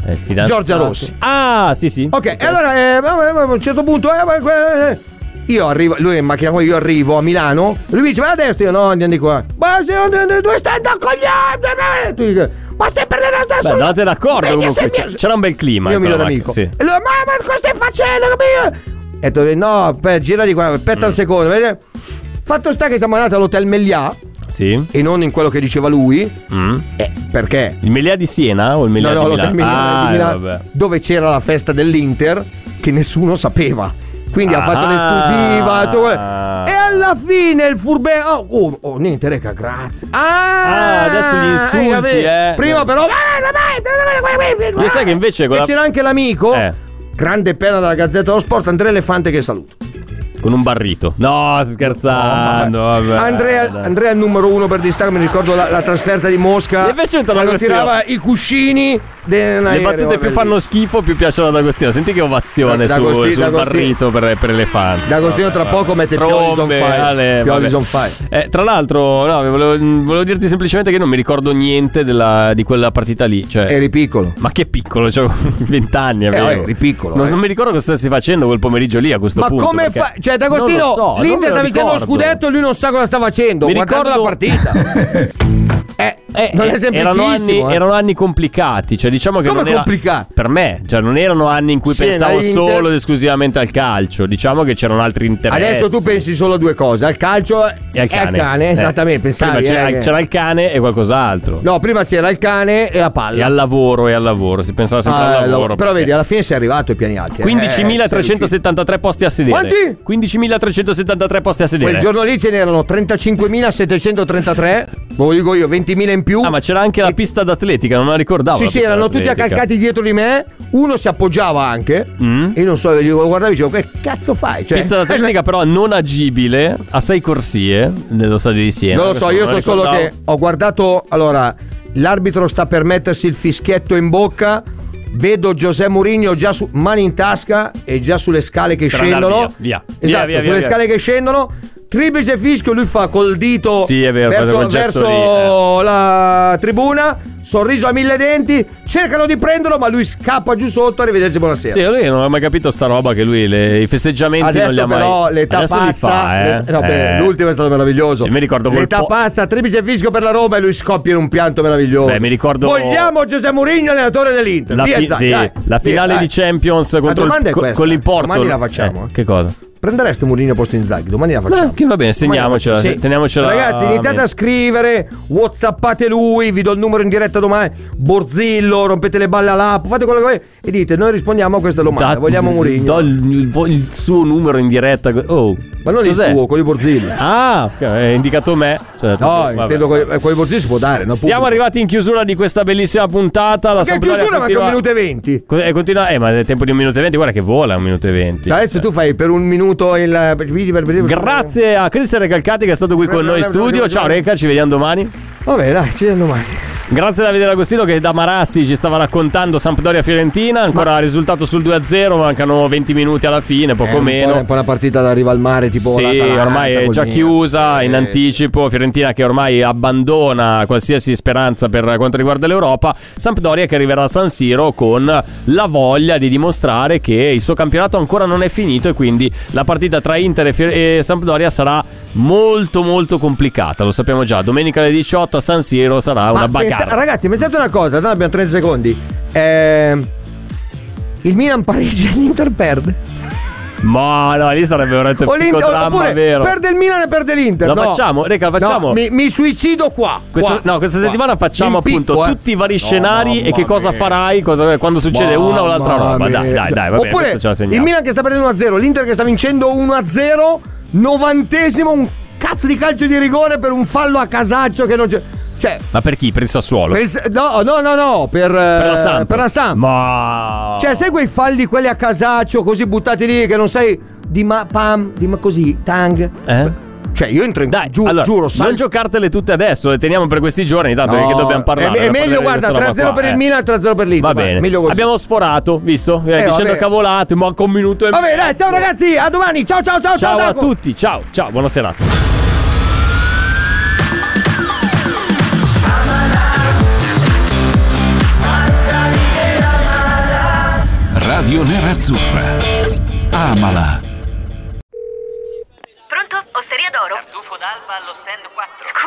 B: È il fidanzato.
C: Giorgia Rossi.
B: Ah, sì, sì.
C: Ok, e allora eh, ma- ma- ma- a un certo punto. eh, ma- eh, eh, io arrivo, lui è in macchina, con me, io arrivo a Milano. Lui mi dice, vai a destra, io no, andiamo di qua. Ma se eh, dove stai andando coglione? Tu dici, Ma stai perdendo la
B: Beh,
C: stessa.
B: andate d'accordo
C: Vedi se
B: comunque.
C: mi-
B: c- C'era un bel clima.
C: Mio
B: però,
C: migliore
B: anche,
C: amico.
B: Sì.
C: E lui, mamma, cosa stai facendo? capito?" E ho detto, no, aspetta, gira di qua, aspetta
B: Mm.
C: un secondo. vedi? Fatto sta che siamo andati all'hotel Melià
B: Sì.
C: e non in quello che diceva lui.
B: Mm.
C: Perché?
B: Il Melea di Siena o il Melea
C: No, no,
B: di
C: l'hotel
B: Milano?
C: Melià
B: ah,
C: di Milano,
B: vabbè.
C: dove c'era la festa dell'Inter che nessuno sapeva. Quindi ha fatto
B: Ah.
C: l'esclusiva. tu- E alla fine il furbello. Oh, oh, oh, niente, raga, grazie. Ah,
B: Ah, adesso gli insulti,
C: hai capito?
B: eh.
C: Prima, però.
B: Io sai che invece quella-
C: E c'era anche l'amico.
B: Eh.
C: Grande pena della Gazzetta dello Sport, Andrea Elefante che saluto.
B: Con un barrito. No, scherzando. vabbè. Eh,
C: Andrea, Andrea è il numero uno per distacco, mi ricordo la, la trasferta di Mosca.
B: E invece è entrato
C: quando
B: Agostino.
C: tirava i cuscini.
B: Le battute più fanno schifo, più piacciono ad Agostino. Senti che ovazione
C: Da-
B: su-
C: D'Agosti-
B: sul
C: D'Agosti-
B: barrito per, per elefanti.
C: D'Agostino
B: Vabbè,
C: tra
B: vabbè.
C: poco mette Pioli's on
B: Trombe,
C: fire.
B: Ale,
C: Pioli's
B: vabbè.
C: on fire.
B: Eh, tra l'altro, no, volevo, mm, volevo dirti semplicemente che non mi ricordo niente della- di quella partita lì. Cioè,
C: Eri piccolo.
B: Ma che piccolo, cioè [LAUGHS] 20 anni avevo.
C: Eh, eri piccolo,
B: Non,
C: eh.
B: non mi ricordo cosa stessi facendo quel pomeriggio lì a questo
C: Ma
B: punto.
C: come
B: perché-
C: fa? Cioè,
B: Non
C: D'Agostino,
B: lo so, non me
C: l'Inter
B: lo
C: sta vincendo lo
B: ricordo.
C: scudetto e lui non sa cosa sta facendo.
B: Mi
C: guardando
B: ricordo-
C: la partita.
B: [LAUGHS] Eh,
C: Non è
B: eh, erano anni,
C: semplicissimo, eh.
B: erano anni complicati. Cioè, diciamo che
C: Come
B: non era-
C: complicati?
B: per me, cioè, non erano anni in cui
C: Siena,
B: pensavo
C: Inter.
B: solo ed esclusivamente al calcio. Diciamo che c'erano altri interessi.
C: Adesso tu pensi solo a due cose, al calcio e
B: E al cane, Eh.
C: esattamente, pensavi.
B: Prima c'era,
C: eh, che-
B: c'era il cane e qualcos'altro.
C: No, prima c'era il cane e la palla.
B: E al lavoro, e al lavoro. Si pensava sempre
C: Ah,
B: al
C: lo-
B: lavoro.
C: però
B: perché-
C: vedi, alla fine sei arrivato ai piani alti. eh. Eh,
B: 15.373 posti a sedere.
C: Quanti?
B: 15.373 posti a sedere.
C: Quel giorno lì ce n'erano 35.733, lo dico io, 20.000 in più.
B: Ah, ma c'era anche la pista d'atletica, non la ricordavo.
C: sì,
B: la
C: sì,
B: pista
C: erano tutti
B: d'atletica.
C: accalcati dietro di me, uno si appoggiava anche, e io non so, io guardavo e dicevo, che cazzo fai? Cioè,
B: Mm. Pista d'atletica però non agibile a sei corsie nello stadio di Siena.
C: non lo
B: Questo
C: so, io so
B: lo
C: solo
B: ricordavo.
C: che ho guardato, allora, l'arbitro sta per mettersi il fischietto in bocca, vedo José Mourinho già su, mani in tasca e già sulle scale che
B: Per andar
C: scendono.
B: Via, via. Via,
C: Esatto,
B: via, via,
C: sulle
B: via.
C: scale che scendono. Triplice fischio, lui fa col dito
B: Sì, è vero, fa
C: verso,
B: quel gesto
C: verso
B: lì, eh.
C: la tribuna, sorriso a mille denti, cercano di prenderlo, ma lui scappa giù sotto, arrivederci, buonasera.
B: Sì, lui non ha mai capito sta roba che lui le- i festeggiamenti non li
C: Adesso
B: ha mai
C: però l'età
B: Adesso li
C: passa,
B: fa, eh.
C: l'et- no, beh,
B: Eh.
C: l'ultimo è stato meraviglioso.
B: Sì, mi ricordo quel
C: l'età
B: po-
C: passa, triplice fischio per la Roma e lui scoppia in un pianto meraviglioso.
B: Beh, mi ricordo-
C: Vogliamo Giuseppe Mourinho allenatore dell'Inter.
B: la,
C: Via,
B: fi-
C: Zai,
B: sì,
C: dai.
B: la
C: Via,
B: finale
C: dai.
B: di Champions contro
C: domanda
B: il,
C: è
B: co-
C: questa.
B: con l'importo.
C: Domani la facciamo,
B: Eh,
C: eh.
B: che cosa?
C: Prendereste Mourinho a posto Inzaghi? Domani la facciamo.
B: Beh, che va bene, segniamocela,
C: Sì.
B: se- teniamocela.
C: Ragazzi, iniziate a scrivere, whatsappate lui, vi do il numero in diretta domani. Borzillo, rompete le balle all'app, fate quello che volete e dite noi rispondiamo a questa domanda.
B: Da-
C: Vogliamo
B: d-
C: Mourinho.
B: Do il, vo- il suo numero in diretta. Oh,
C: Ma non
B: cos'è?
C: il tuo, quello di
B: [LAUGHS]
C: Borzillo.
B: Ah, ok, hai indicato me. Cioè,
C: No,
B: vabbè.
C: intendo quello di Borzillo si può dare. no,
B: Siamo
C: pubblico.
B: arrivati in chiusura di questa bellissima puntata. La
C: Che
B: Sampdoria
C: chiusura, ma che un
B: continua-
C: minuto e venti.
B: Co- eh, continua- eh, ma è tempo di un minuto e venti. Guarda che vola un minuto e venti. Eh,
C: Adesso tu fai per un minuto il.
B: Grazie a Cristian Recalcati che è stato qui con noi in studio. Ciao Reca, ci vediamo domani.
C: Vabbè, dai, ci vediamo domani.
B: Eh, Grazie a Davide D'Agostino che da Marassi ci stava raccontando Sampdoria-Fiorentina, ancora risultato sul 2-0, mancano 20 minuti alla fine,
C: È
B: poco
C: un
B: meno.
C: po' un po' una partita da arriva al mare, tipo.
B: sì,
C: l'Atalanta
B: ormai è
C: col
B: già
C: Milan.
B: chiusa in
C: Eh,
B: anticipo. Fiorentina che ormai abbandona qualsiasi speranza per quanto riguarda l'Europa. Sampdoria che arriverà a San Siro con la voglia di dimostrare che il suo campionato ancora non è finito. E quindi la partita tra Inter e, Fior- e Sampdoria sarà molto, molto complicata. Lo sappiamo già. Domenica alle 18 a San Siro sarà
C: Ma
B: una
C: pensa-
B: bagarre.
C: ragazzi, pensate una cosa, tanto abbiamo 30 secondi. Ehm, Il Milan pareggia [LAUGHS] e l'Inter perde.
B: Ma no, lì sarebbe veramente
C: O l'Inter-
B: psicodramma
C: oppure
B: vero.
C: perde il Milan e perde l'Inter.
B: La
C: no.
B: facciamo, raga, la
C: No,
B: facciamo.
C: mi, mi suicido qua.
B: Questa,
C: qua,
B: no, questa
C: qua.
B: settimana facciamo
C: In picco,
B: appunto
C: eh.
B: tutti i vari scenari e che cosa farai cosa- quando succede
C: Mamma
B: una o l'altra roba. Dai,
C: mia.
B: dai, dai, va bene,
C: Oppure
B: questo ce la
C: il
B: segniamo.
C: Milan che sta perdendo 1-0, l'Inter che sta vincendo 1-0, novantesimo, un cazzo di calcio di rigore per un fallo a casaccio che non c'è. Cioè,
B: Ma per chi? Per il Sassuolo?
C: per il- no, no, no, no, per, eh,
B: Per la Samp.
C: Per la Samp.
B: Ma...
C: Cioè, sai quei falli, quelli a casaccio, così buttati lì, che non sai di ma pam, di ma così, tang.
B: Eh?
C: Cioè, io entro in giù,
B: Allora,
C: giuro, sal-
B: non giocartele tutte adesso, le teniamo per questi giorni, tanto
C: No,
B: che dobbiamo parlare.
C: È, è
B: dobbiamo
C: meglio,
B: parlare di questa
C: guarda,
B: roba
C: 3-0
B: qua,
C: per il
B: eh.
C: Milan, 3-0 per
B: Va
C: l'Inter. vai,
B: bene.
C: meglio così.
B: Abbiamo sforato, visto? Eh,
C: Eh,
B: dicendo
C: vabbè.
B: cavolate, ma con un minuto e
C: Va bene, dai, ciao ragazzi, a domani. Ciao, ciao, ciao, ciao.
B: Ciao a
C: Daco.
B: tutti, ciao, ciao, buona serata.
A: Radio Nerazzurra. Amala.
H: Pronto? Osteria d'oro? Tartufo d'alba allo stand 4.